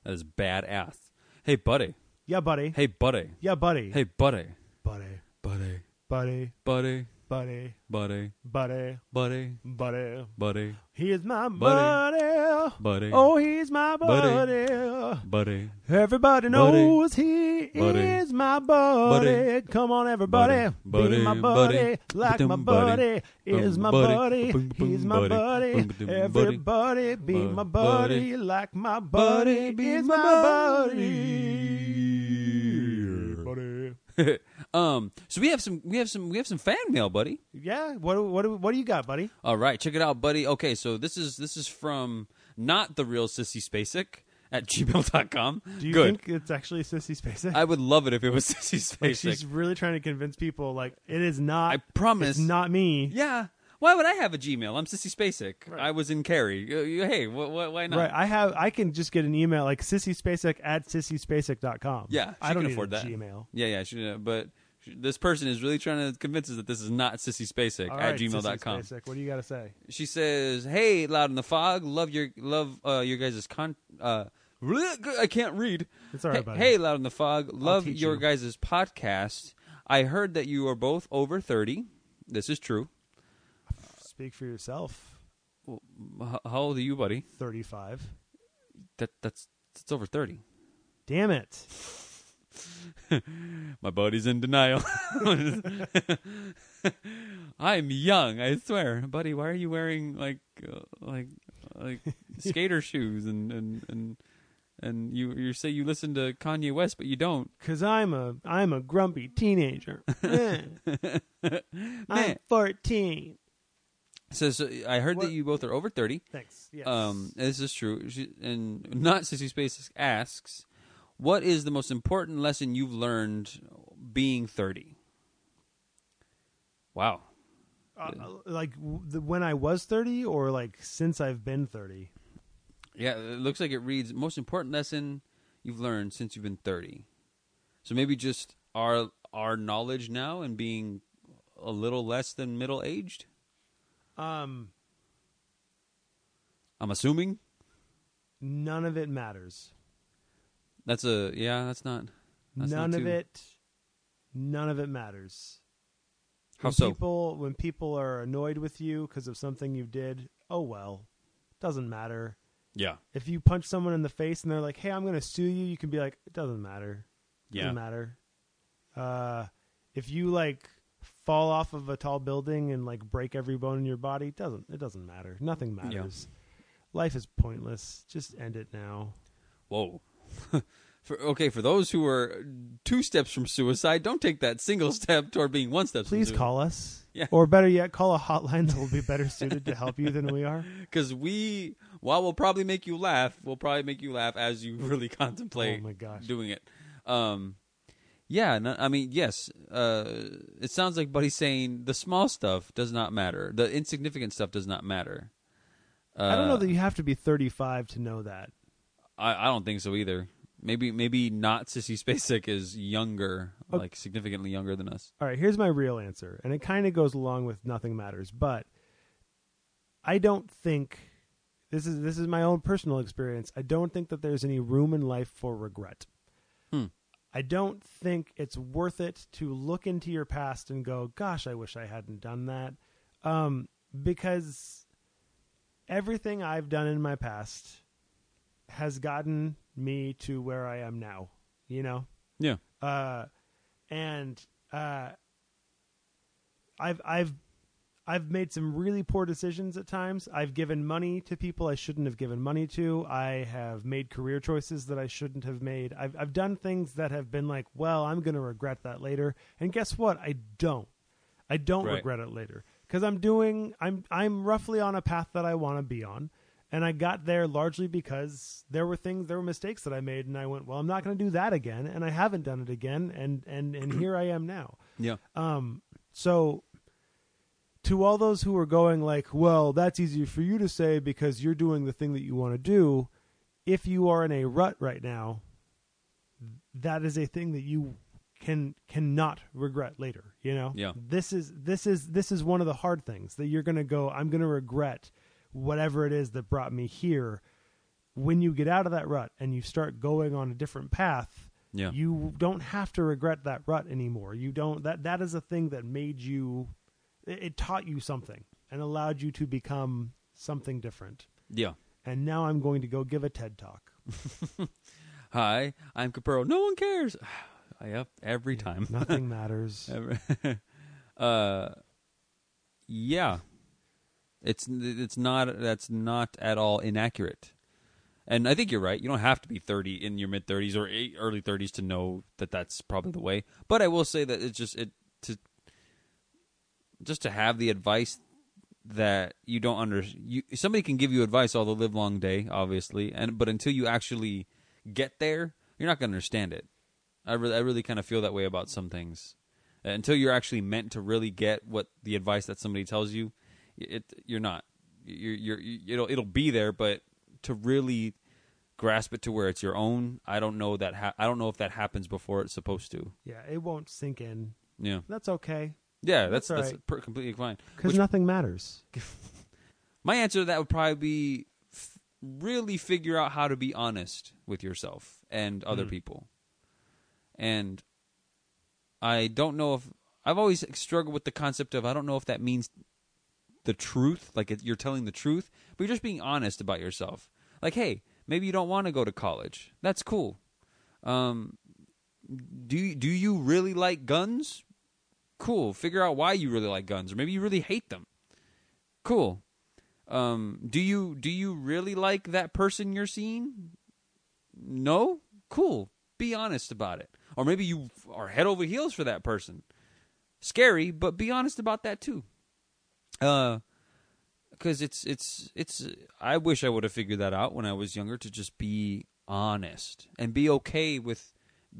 S2: That is badass. Hey, buddy.
S1: Yeah, buddy.
S2: Hey, buddy.
S1: Yeah, buddy.
S2: Hey, buddy.
S1: buddy.
S2: Buddy.
S1: Buddy.
S2: Buddy.
S1: Buddy.
S2: Buddy.
S1: Buddy.
S2: Buddy.
S1: Buddy.
S2: Buddy.
S1: He is my buddy.
S2: Buddy. Buddy.
S1: Oh, he's my buddy.
S2: Buddy. Buddy.
S1: Everybody
S2: Buddy.
S1: knows he
S2: Buddy.
S1: is my buddy.
S2: Buddy.
S1: Come on, everybody.
S2: Buddy.
S1: Be my
S2: Buddy.
S1: buddy. Like my
S2: Ba-dum, buddy.
S1: buddy. Is my
S2: Buddy.
S1: buddy.
S2: Ba-dum,
S1: He's my buddy.
S2: buddy. Ba-dum, buddy.
S1: Everybody be
S2: Ba-
S1: my
S2: buddy.
S1: buddy. Like my
S2: Buddy.
S1: buddy.
S2: Be
S1: Is
S2: my
S1: my
S2: buddy.
S1: buddy. Buddy.
S2: um. So we have some. We have some. We have some fan mail, buddy.
S1: Yeah. What do- what do- what do you got, buddy?
S2: All right, check it out, buddy. Okay, so this is this is from not the real sissy spacek at gmail.com.
S1: Do you
S2: Good.
S1: think it's actually Sissy Spacek?
S2: I would love it if it was *laughs* sissy spacek.
S1: Like, she's really trying to convince people like it is not.
S2: I promise.
S1: It's not me.
S2: Yeah. Why would I have a Gmail? I'm sissy spacek.
S1: Right.
S2: I was in Kerry. You- you- Hey, wh- wh- why not?
S1: Right. I have. I can just get an email like sissy spacek at sissyspacek.com.
S2: Yeah, she
S1: I don't
S2: can
S1: need
S2: afford
S1: a
S2: that.
S1: Gmail.
S2: Yeah, yeah. She, uh, but sh this person is really trying to convince us that this is not sissy spacek
S1: All
S2: at
S1: right,
S2: gmail.com.
S1: Sissy Spacek, what do you got to say?
S2: She says, "Hey, loud in the fog, love your love uh, your guys' con uh I can't read.
S1: It's all right,
S2: hey,
S1: buddy.
S2: hey, loud in the fog, love
S1: teach
S2: your
S1: you.
S2: guys' podcast. I heard that you are both over 30. This is true.
S1: Speak for yourself.
S2: H- how old are you, buddy?
S1: Thirty-five.
S2: That that's that's over 30.
S1: Damn it.
S2: My buddy's in denial. *laughs* I'm young, I swear, buddy. Why are you wearing like uh, like *laughs* like skater shoes and and and and you you say you listen to Kanye West, but you don't.
S1: Cause I'm a I'm a grumpy
S2: *laughs*
S1: teenager. Eh. I'm
S2: Man.
S1: fourteen.
S2: So, so I heard
S1: What-
S2: that you both are over thirty.
S1: Thanks. Yes.
S2: Um, this is true. She, and not sissy space asks, "What is the most important lesson you've learned being 30? Wow.
S1: Uh, like w- the, when I was thirty, or like since I've been thirty.
S2: Yeah, it looks like it reads most important lesson you've learned since you've been 30. So maybe just our our knowledge now and being a little less than middle aged.
S1: Um,
S2: I'm assuming
S1: none of it matters.
S2: that's a yeah. That's not that's not
S1: none of
S2: too-
S1: it. None of it matters.
S2: How
S1: when
S2: so?
S1: People, when people are annoyed with you because of something you did, oh well, doesn't matter.
S2: Yeah,
S1: If you punch someone in the face and they're like, "Hey, I'm going to sue you," you can be like, "It doesn't matter.
S2: yeah.
S1: Doesn't matter." Uh, if you like fall off of a tall building and like break every bone in your body, doesn't it doesn't matter. Nothing matters. Life is pointless. Just end it now.
S2: Whoa. *laughs* for, okay, for those who are two steps from suicide, don't take that single *laughs* step toward being one step.
S1: Please call us.
S2: Yeah.
S1: Or better yet, call a hotline that will be better suited to help you than we are.
S2: because we, while we'll probably make you laugh, we'll probably make you laugh as you *laughs* really contemplate
S1: Oh my gosh.
S2: doing it. Um, yeah, no, I mean, yes. Uh, it sounds like Buddy's saying the small stuff does not matter, the insignificant stuff does not matter. *laughs* Uh,
S1: I don't know that you have to be 35 to know that.
S2: I, I don't think so either. Maybe maybe not Sissy Spacek is younger,
S1: Okay.
S2: like significantly younger than us.
S1: All right, here's my real answer, and it kind of goes along with nothing matters, but I don't think this is this is my own personal experience. I don't think that there's any room in life for regret.
S2: Hmm.
S1: I don't think it's worth it to look into your past and go, "Gosh, I wish I hadn't done that," um, because everything I've done in my past has gotten me to where I am now. You know,
S2: Yeah.
S1: uh, and uh, I've I've I've made some really poor decisions at times. I've given money to people I shouldn't have given money to. I have made career choices that I shouldn't have made. I've I've done things that have been like, well, I'm going to regret that later. And guess what? I don't. I don't
S2: Right.
S1: regret it later because I'm doing I'm I'm roughly on a path that I want to be on. And I got there largely because there were things, there were mistakes that I made, and I went, "Well, I'm not going to do that again," and I haven't done it again, and and and here I am now.
S2: Yeah.
S1: Um, so to all those who are going like, well, that's easy for you to say because you're doing the thing that you want to do. If you are in a rut right now, that is a thing that you can cannot regret later. You know,
S2: Yeah.
S1: This is this is this is one of the hard things that you're gonna go. I'm gonna regret whatever it is that brought me here. When you get out of that rut and you start going on a different path,
S2: Yeah.
S1: you don't have to regret that rut anymore. You don't that that is a thing that made you it, it taught you something and allowed you to become something different.
S2: yeah.
S1: And now I'm going to go give a TED talk.
S2: Hi, I'm Capro. No one cares. *sighs* yep. Every time.
S1: *laughs*
S2: *laughs*
S1: Nothing matters.
S2: Ever- *laughs* uh, yeah, it's it's not that's not at all inaccurate, and I think you're right. You don't have to be 30 in your mid 30s or eight, early 30s to know that that's probably the way. But I will say that it's just it to just to have the advice that you don't under you somebody can give you advice all the live long day, obviously, and but until you actually get there, you're not going to understand it. I really, I really kind of feel that way about some things. Uh, until you're actually meant to really get what the advice that somebody tells you, y- it you're not. You're, you're, you it'll it'll be there, but to really grasp it to where it's your own, I don't know that. Ha- I don't know if that happens before it's supposed to.
S1: Yeah, it won't sink in.
S2: Yeah,
S1: That's okay
S2: yeah, that's
S1: That's all
S2: that's,
S1: right.
S2: per- completely fine.
S1: cuz nothing matters.
S2: My answer to that would probably be f- really figure out how to be honest with yourself and other people. And I don't know if I've always struggled with the concept of I don't know if that means the truth, like it, you're telling the truth, but you're just being honest about yourself. Like, hey, maybe you don't want to go to college. That's cool. Um, do you, do you really like guns? Cool. Figure out why you really like guns, or maybe you really hate them. Cool. Um, do you do you really like that person you're seeing? No. Cool. Be honest about it. Or maybe you are head over heels for that person. Scary, but be honest about that too. Uh, because it's it's it's. I wish I would have figured that out when I was younger to just be honest and be okay with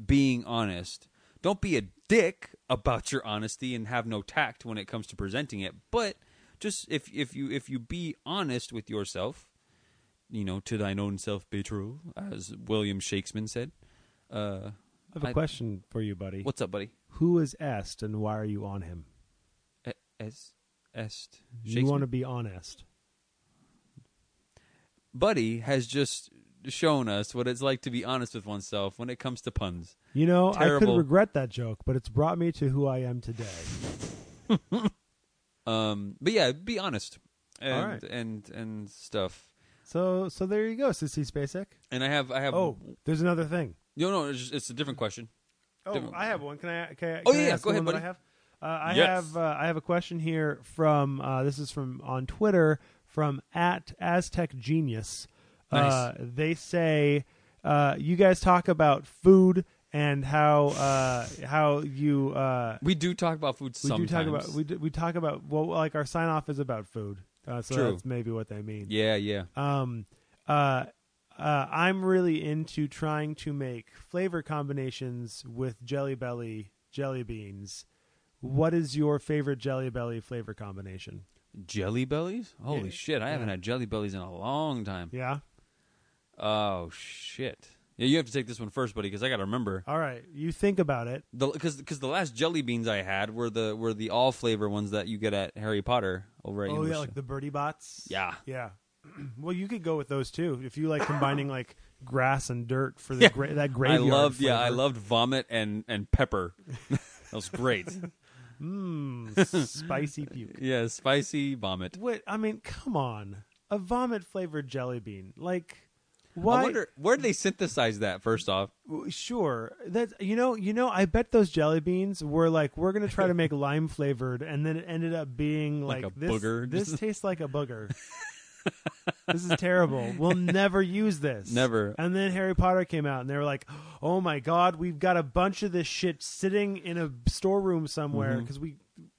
S2: being honest. Don't be a dick about your honesty and have no tact when it comes to presenting it. But just if if you if you be honest with yourself, you know, to thine own self be true, as William Shakespeare said. Uh,
S1: I have a
S2: I-
S1: question for you, buddy.
S2: what's up, buddy?
S1: Who is est and why are you on him?
S2: E- Es est
S1: You want to be honest.
S2: Buddy has just shown us what it's like to be honest with oneself when it comes to puns.
S1: You know, I
S2: Terrible.
S1: could regret that joke, but it's brought me to who I am today.
S2: Um, but yeah, be honest and
S1: All right.
S2: and and stuff.
S1: So so there you go, Sissy Spacek.
S2: And I have I have
S1: Oh, there's another thing.
S2: no no it's, just, it's a different question.
S1: Oh,
S2: Different-
S1: I have one. Can I? Can I
S2: Oh,
S1: can I
S2: yeah,
S1: ask
S2: go
S1: the
S2: ahead,
S1: one that
S2: buddy.
S1: I have. Uh, I
S2: Yes.
S1: have. Uh, I have a question here from. Uh, this is from on Twitter from at Aztec Genius. Uh, they say uh, you guys talk about food and how uh, how you. Uh,
S2: We do talk about food
S1: we
S2: sometimes.
S1: do talk about we do, we talk about well like our sign off is about food. Uh, so
S2: True.
S1: that's maybe what they mean.
S2: yeah yeah
S1: Um, uh, uh, I'm really into trying to make flavor combinations with Jelly Belly jelly beans. What is your favorite Jelly Belly flavor combination?
S2: jelly bellies. Holy
S1: Yeah,
S2: shit! I haven't
S1: yeah.
S2: had jelly bellies in a long time.
S1: Yeah.
S2: Oh shit! Yeah, you have to take this one first, buddy, because I got to remember.
S1: All right. You think about it.
S2: Because because the last jelly beans I had were the were the all flavor ones that you get at Harry Potter over at
S1: oh yeah,
S2: Universal.
S1: like the birdie bots.
S2: Yeah.
S1: Yeah. *clears throat* well, you could go with those too if you like combining like grass and dirt for the
S2: Yeah.
S1: gra- that
S2: I
S1: graveyard.
S2: loved yeah I
S1: flavor.
S2: loved vomit and and pepper. that
S1: *laughs*
S2: was great. *laughs*
S1: Mm, spicy puke.
S2: yeah, spicy vomit.
S1: What I mean, come on, a vomit flavored jelly bean like.
S2: I
S1: Why?
S2: wonder where did they synthesize that? First off,
S1: w- Sure. That you know, you know. I bet those jelly beans were like, we're gonna try to
S2: *laughs*
S1: make lime flavored, and then it ended up being
S2: Like
S1: like,
S2: a
S1: this.
S2: booger.
S1: This tastes like a
S2: *laughs*
S1: booger. this is terrible. We'll never use this.
S2: Never.
S1: And then Harry Potter came out, and they were like, "Oh my God, we've got a bunch of this shit sitting in a storeroom somewhere because we."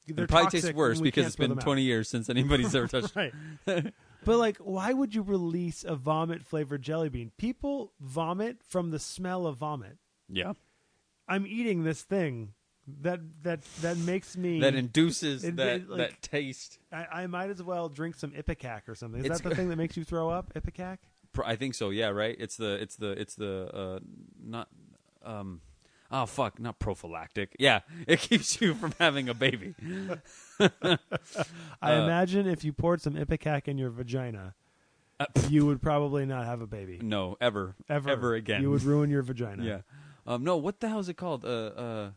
S1: They're
S2: Mm-hmm. it probably
S1: toxic
S2: tastes
S1: and
S2: worse
S1: we
S2: because
S1: can't
S2: it's
S1: throw
S2: been
S1: them out."
S2: 20 years since anybody's ever touched.
S1: *laughs* right.
S2: *laughs*
S1: But like, why would you release a vomit flavored jelly bean? People vomit from the smell of vomit.
S2: Yeah,
S1: I'm eating this thing that that that makes me.
S2: that induces
S1: It-
S2: that
S1: it, like-
S2: that taste.
S1: I, I might as well drink some Ipecac or something. Is
S2: It's-
S1: that the thing that makes you throw up?
S2: *laughs*
S1: Ipecac?
S2: Pr- I think so. Yeah, right. It's the it's the it's the uh, not um oh fuck not prophylactic. Yeah, *laughs* it keeps you from having a baby.
S1: I
S2: Uh,
S1: imagine if you poured some Ipecac in your vagina,
S2: Uh, pff,
S1: you would probably not have a baby
S2: no, ever
S1: ever.
S2: ever again.
S1: you would ruin your vagina.
S2: *laughs* yeah. Um, no, what the hell is it called? Uh, uh,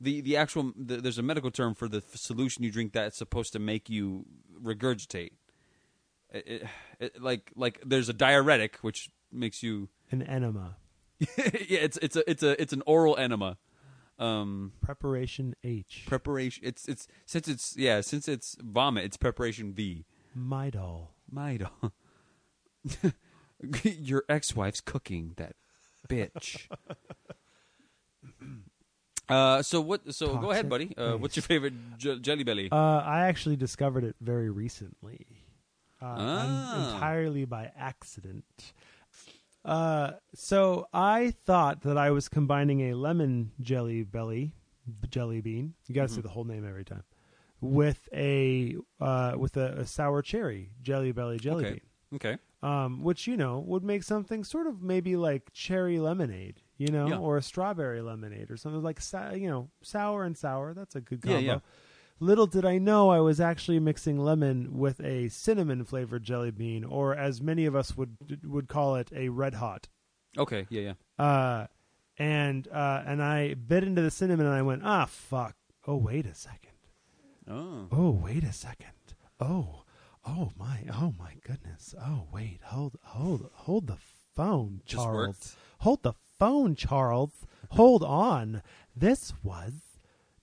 S2: the the actual the, there's a medical term for the f- solution you drink that's supposed to make you regurgitate. It- it- it- like like there's a diuretic which makes you *laughs*
S1: An enema.
S2: yeah it's it's a it's a it's an oral enema. Um,
S1: Preparation H.
S2: preparation. It's it's since it's yeah since it's vomit. It's preparation V.
S1: Midol.
S2: My dog. *laughs* Your ex-wife's cooking that bitch. *laughs* uh, so what? So go ahead,
S1: Toxic
S2: buddy. Uh, what's your favorite j- jelly belly?
S1: Uh, I actually discovered it very recently, uh, un-
S2: Ah.
S1: entirely by accident. Uh, so I thought that I was combining a lemon jelly belly b- jelly bean. You
S2: Mm-hmm.
S1: got to say the whole name every time. With a uh, with a, a sour cherry jelly belly jelly
S2: okay. Okay.
S1: bean, um, which you know would make something sort of maybe like cherry lemonade, you know,
S2: Yeah.
S1: or a strawberry lemonade or something like sa- you know sour and sour. That's a good
S2: Yeah,
S1: combo.
S2: yeah.
S1: Little did I know I was actually mixing lemon with a cinnamon flavored jelly bean, or as many of us would would call it, a red hot.
S2: Okay. Yeah. Yeah.
S1: Uh, and uh, and I bit into the cinnamon and I went, ah, fuck. Oh, wait a second.
S2: Oh.
S1: Oh, wait a second. Oh, oh my, oh my goodness. Oh, wait, hold, hold, hold the phone,
S2: Just
S1: Charles.
S2: worked.
S1: Hold the phone, Charles. Hold on. This was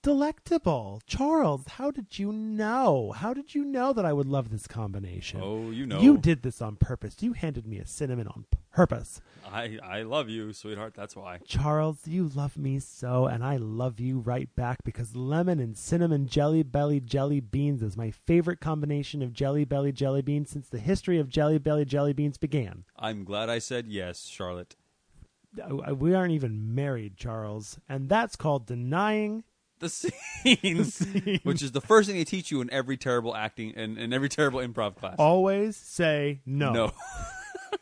S1: delectable, Charles. How did you know? How did you know that I would love this combination?
S2: Oh, you know.
S1: You did this on purpose. You handed me a cinnamon on purpose.
S2: I I love you, sweetheart. That's why.
S1: Charles, you love me so, and I love you right back because lemon and cinnamon jelly belly jelly beans is my favorite combination of jelly belly jelly beans since the history of jelly belly jelly beans began.
S2: I'm glad I said yes, Charlotte.
S1: Uh, We aren't even married, Charles, and that's called denying.
S2: The *laughs* scenes, which is the first thing they teach you in every terrible acting and in every terrible improv class.
S1: Always say no.
S2: No. *laughs*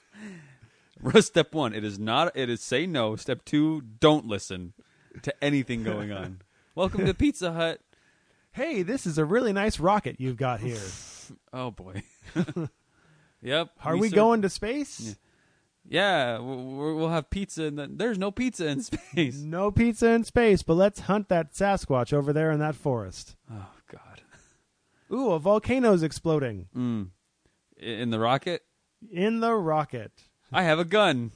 S2: Russ, Step one, it is not. It is say no. Step two, don't listen to anything
S1: *laughs*
S2: going on. Welcome to Pizza Hut.
S1: Hey, this is a really nice rocket you've got here.
S2: Oh boy. *laughs* yep.
S1: Are we
S2: ser-
S1: going to space?
S2: Yeah, we- we- we'll have pizza. In the, there's no pizza in *laughs* space.
S1: No pizza in space, but let's hunt that Sasquatch over there in that forest.
S2: Oh God.
S1: Ooh, a volcano's exploding
S2: Mm. I- In the rocket,
S1: in the rocket.
S2: I have a gun.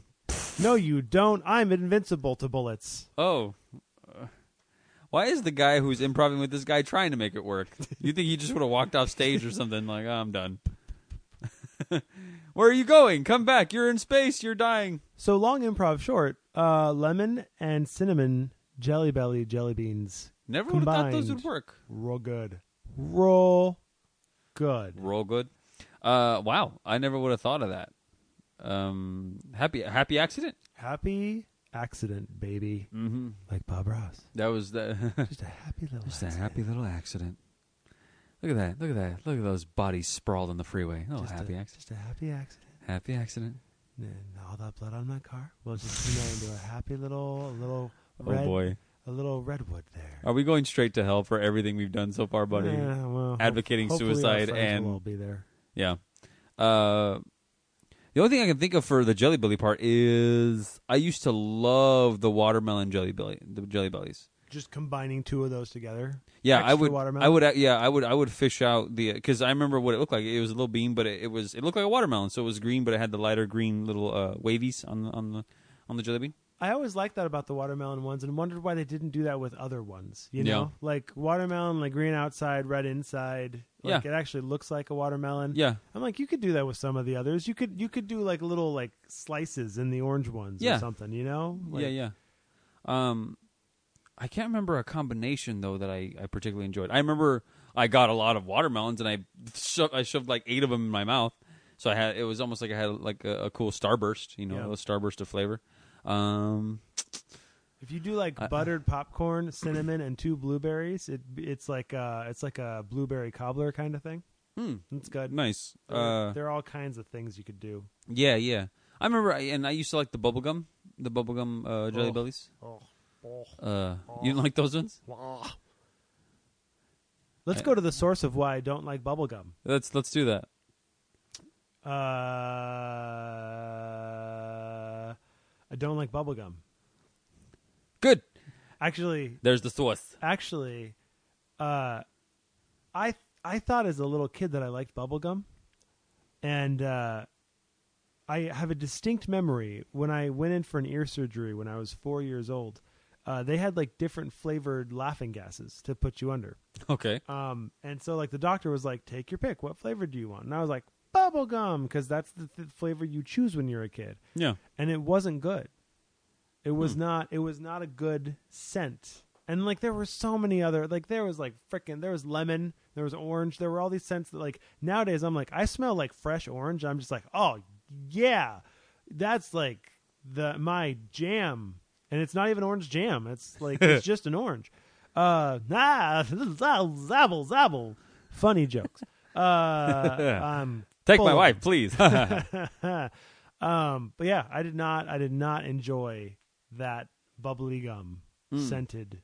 S1: No, you don't. I'm invincible to bullets.
S2: Oh. Uh, Why is the guy who's improvising with this guy trying to make it work? You think he just would have walked off stage or something like, oh, I'm done. *laughs* Where are you going? Come back. You're in space. You're dying.
S1: So long improv short, uh, lemon and cinnamon jelly belly jelly beans.
S2: Never would have thought those would
S1: Combined.
S2: work.
S1: Roll good. Roll good.
S2: Roll good. Uh, wow. I never would have thought of that. Um, happy happy accident.
S1: Happy accident, baby.
S2: Mm-hmm.
S1: Like Bob Ross.
S2: That was the *laughs*
S1: Just a happy little
S2: just a
S1: accident.
S2: happy little accident. Look at that. Look at that. Look at those bodies sprawled on the freeway. Oh,
S1: just
S2: happy
S1: a,
S2: accident.
S1: Just a happy accident.
S2: Happy accident.
S1: And all that blood on my car will just turn that into a happy little, a little
S2: oh
S1: red,
S2: boy.
S1: a little redwood there.
S2: Are we going straight to hell for everything we've done so far, buddy?
S1: Yeah, well,
S2: Advocating
S1: hopefully our
S2: suicide
S1: friends
S2: and-
S1: will all be there.
S2: Yeah. Uh, the only thing I can think of for the jelly belly part is I used to love the watermelon jelly belly, the jelly bellies.
S1: just combining two of those together.
S2: Yeah, I
S1: Extra
S2: would.
S1: watermelon?
S2: I would. uh, Yeah, I would. I would fish out the because I remember what it looked like. It was a little bean, but it, it was it looked like a watermelon. So it was green, but it had the lighter green little uh, wavies on the on the on the jelly bean.
S1: I always liked that about the watermelon ones, and wondered why they didn't do that with other ones. You
S2: Yeah.
S1: know, like watermelon, like green outside, red inside. Like
S2: Yeah.
S1: it actually looks like a watermelon.
S2: Yeah,
S1: I'm like, you could do that with some of the others. You could you could do like little like slices in the orange ones
S2: Yeah.
S1: or something. You know, like,
S2: yeah, yeah. Um, I can't remember a combination though that I, I particularly enjoyed. I remember I got a lot of watermelons and I shoved I shoved like eight of them in my mouth. So I had it was almost like I had like a, a cool starburst, you know,
S1: Yeah.
S2: a starburst of flavor. Um,
S1: If you do like
S2: I-
S1: buttered popcorn, cinnamon, and two blueberries, it it's like uh it's like a blueberry cobbler kind of thing.
S2: hmm,
S1: It's good.
S2: nice.
S1: There,
S2: Uh,
S1: there are all kinds of things you could do.
S2: yeah, yeah. I remember, I, and I used to like the bubble gum, the bubble gum uh, jelly
S1: Oh.
S2: bellies.
S1: Oh,
S2: Uh, you didn't like those ones?
S1: Let's
S2: I-
S1: go to the source of why I don't like bubblegum.
S2: Let's let's do that.
S1: Uh, I don't like bubblegum.
S2: Good.
S1: Actually,
S2: There's the source.
S1: actually, uh, I I thought as a little kid that I liked bubblegum, and uh, I have a distinct memory when I went in for an ear surgery when I was four years old. Uh, they had like different flavored laughing gases to put you under.
S2: Okay.
S1: Um, and so like the doctor was like, "Take your pick. What flavor do you want?" And I was like, "Bubblegum," because that's the th- flavor you choose when you're a kid.
S2: Yeah.
S1: And it wasn't good. It was
S2: Hmm.
S1: not. It was not a good scent. And like there were so many other like there was like frickin' there was lemon, there was orange, there were all these scents that like nowadays I'm like I smell like fresh orange. I'm just like oh yeah, that's like the my jam, and it's not even orange jam. It's like
S2: *laughs*
S1: it's just an orange. Uh, *laughs* nah, zabble zabble, funny jokes. Uh,
S2: *laughs*
S1: I'm
S2: Take
S1: full
S2: my
S1: of
S2: wife, please.
S1: *laughs*
S2: *laughs*
S1: um, but yeah, I did not. I did not enjoy that bubbly gum
S2: Hmm.
S1: scented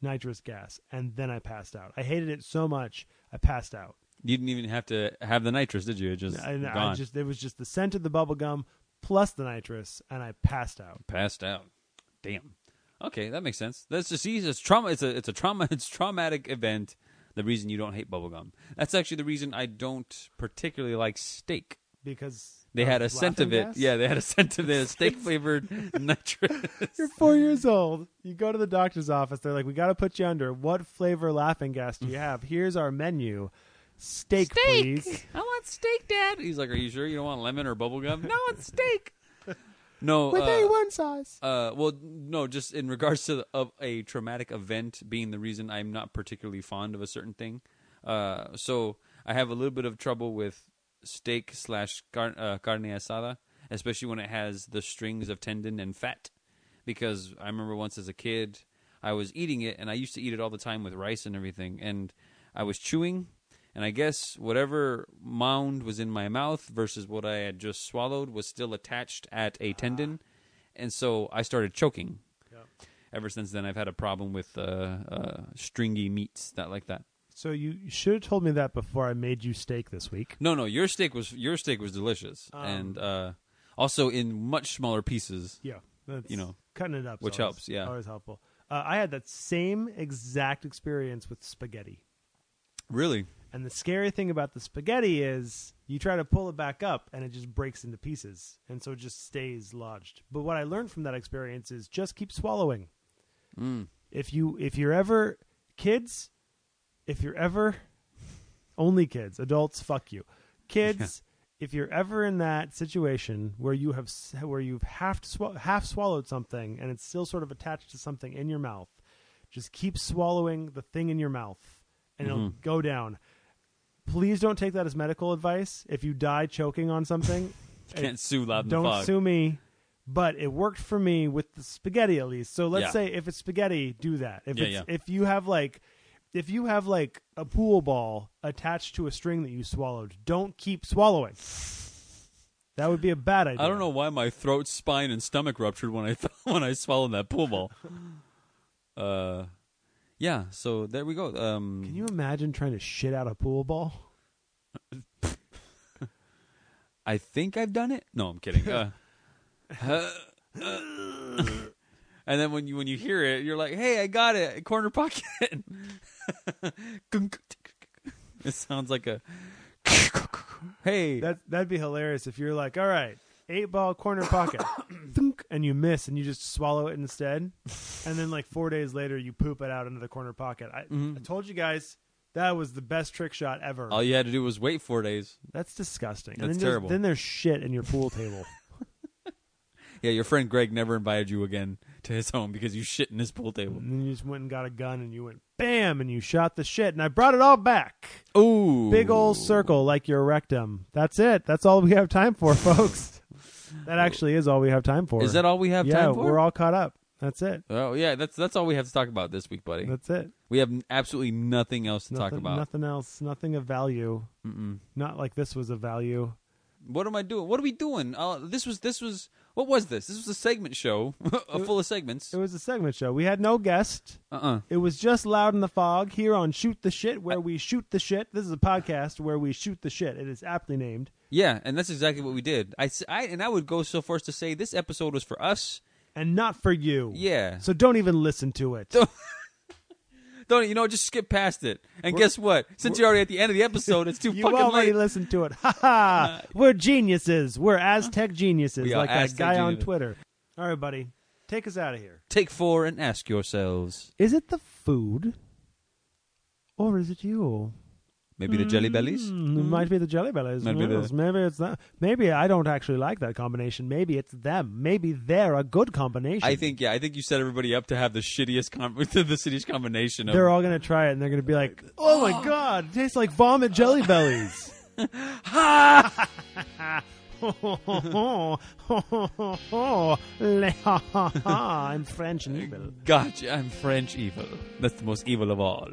S1: nitrous gas, and then I passed out. I hated it so much, I passed out.
S2: You didn't even have to have the nitrous, did you? It just
S1: And I
S2: gone.
S1: just it was just the scent of the bubble gum plus the nitrous, and I passed out.
S2: passed out. Damn. Okay, that makes sense. That's disease. It's trauma. It's a it's a trauma. *laughs* It's traumatic event. The reason you don't hate bubblegum. That's actually the reason I don't particularly like steak.
S1: Because
S2: They had a scent of
S1: Uh,
S2: it.
S1: laughing gas?
S2: Yeah, they had a scent of
S1: *laughs*
S2: the steak flavored nitrous.
S1: You're four years old. You go to the doctor's office. They're like, "We got to put you under. What flavor laughing gas
S2: *laughs*
S1: do you have? Here's our menu. Steak, please.
S2: I want steak, Dad. He's like, Are you sure you don't want lemon or bubblegum? No, it's steak. No.
S1: With
S2: uh,
S1: A1 sauce."
S2: Uh, well, no, just in regards to the, of a traumatic event being the reason I'm not particularly fond of a certain thing. Uh, so I have a little bit of trouble with steak slash car- uh, carne asada, especially when it has the strings of tendon and fat. Because I remember once as a kid, I was eating it, and I used to eat it all the time with rice and everything, and I was chewing. And I guess whatever mound was in my mouth versus what I had just swallowed was still attached at a tendon and so I started choking. Ever since then, I've had a problem with uh, uh, stringy meats, that like that.
S1: So you should have told me that before I made you steak this week.
S2: No, no, your steak was your steak was delicious,
S1: Um,
S2: and uh, also in much smaller pieces.
S1: Yeah, that's,
S2: You know,
S1: cutting it up,
S2: which
S1: so it's
S2: helps, yeah.
S1: always helpful. Uh, I had that same exact experience with spaghetti,
S2: Really?
S1: and the scary thing about the spaghetti is you try to pull it back up, and it just breaks into pieces, and so it just stays lodged. But what I learned from that experience is just keep swallowing. If you if you're ever kids, if you're ever only kids, adults, fuck you, kids. If you're ever in that situation where you have s- where you've half swa- half swallowed something and it's still sort of attached to something in your mouth, just keep swallowing the thing in your mouth and it'll go down. Please don't take that as medical advice. If you die choking on
S2: *laughs*
S1: something,
S2: Can't sue loud in
S1: don't
S2: the fog.
S1: sue me. But it worked for me with the spaghetti at least. So let's
S2: Yeah.
S1: say if it's spaghetti, do that. If
S2: Yeah,
S1: it's,
S2: yeah.
S1: if you have like if you have like a pool ball attached to a string that you swallowed, don't keep swallowing. That would be a bad idea.
S2: I don't know why my throat, spine, and stomach ruptured when I *laughs* when I swallowed that pool
S1: *laughs*
S2: ball. uh, yeah. So there we go. Um,
S1: Can you imagine trying to shit out a pool ball? *laughs*
S2: I think I've done it. No, I'm kidding. Uh, *laughs* uh, uh, And then when you when you hear it, you're like, "Hey, I got it, corner pocket." *laughs* it sounds like a *laughs* hey.
S1: That that'd be hilarious if you're like, all right, eight ball corner
S2: *coughs*
S1: pocket, thunk, and you miss, and you just swallow it instead, and then like four days later, you poop it out into the corner pocket. I,
S2: Mm-hmm.
S1: I told you guys that was the best trick shot ever.
S2: all you had to do was wait four days.
S1: that's disgusting. and
S2: Uh, That's
S1: then there's-
S2: terrible.
S1: Then there's shit in your pool table. *laughs*
S2: Yeah, your friend Greg never invited you again to his home because you shit in his pool table.
S1: and then you just went and got a gun, and you went bam, and you shot the shit, and I brought it all back.
S2: Ooh,
S1: Big old circle like your rectum. That's it. That's all we have time for, *laughs* folks. that actually is all we have time for.
S2: Is that all we have
S1: yeah,
S2: time for?
S1: we're all caught up. That's it.
S2: oh yeah, that's that's all we have to talk about this week, buddy.
S1: That's it.
S2: we have n- absolutely nothing else to
S1: nothing,
S2: talk about.
S1: Nothing else. Nothing of value.
S2: Mm-mm.
S1: Not like this was of value.
S2: What am I doing? What are we doing? Uh, this was this was what was this? This was a segment show, *laughs* uh, full of segments.
S1: It
S2: Uh
S1: was a segment show. We had no guest.
S2: uh
S1: It was just loud in the fog here on Shoot the Shit, where we shoot the shit. This is a podcast where we shoot the shit. It is aptly named.
S2: Yeah, and that's exactly what we did. I, s- I- and I would go so far as to say this episode was for us.
S1: And not for you.
S2: Yeah.
S1: So don't even listen to it.
S2: Don't you know? Just skip past it. And guess what? Since you're already at the end of the
S1: *laughs*
S2: episode, it's too
S1: you
S2: fucking
S1: already
S2: late.
S1: listened to it. *laughs* Ha ha. We're geniuses. We're Aztec geniuses,
S2: We are
S1: like that
S2: Aztec
S1: guy on
S2: geniuses.
S1: Twitter. All right, buddy. Take us out of here.
S2: Take four and ask yourselves.
S1: Is it the food? Or is it you?
S2: Maybe the Jelly Bellies.
S1: Mm, It might be the jelly bellies.
S2: Might
S1: Maybe,
S2: be the-
S1: maybe it's that. Maybe I don't actually like that combination. Maybe it's them. Maybe they're a good combination.
S2: I think yeah. I think you set everybody up to have the shittiest com- *laughs* the shittiest combination of.
S1: they're all gonna try it and they're gonna be like, "Oh my god, it tastes like vomit jelly
S2: *laughs*
S1: bellies." *laughs* I'm French and evil.
S2: gotcha. I'm French evil. That's the most evil of all.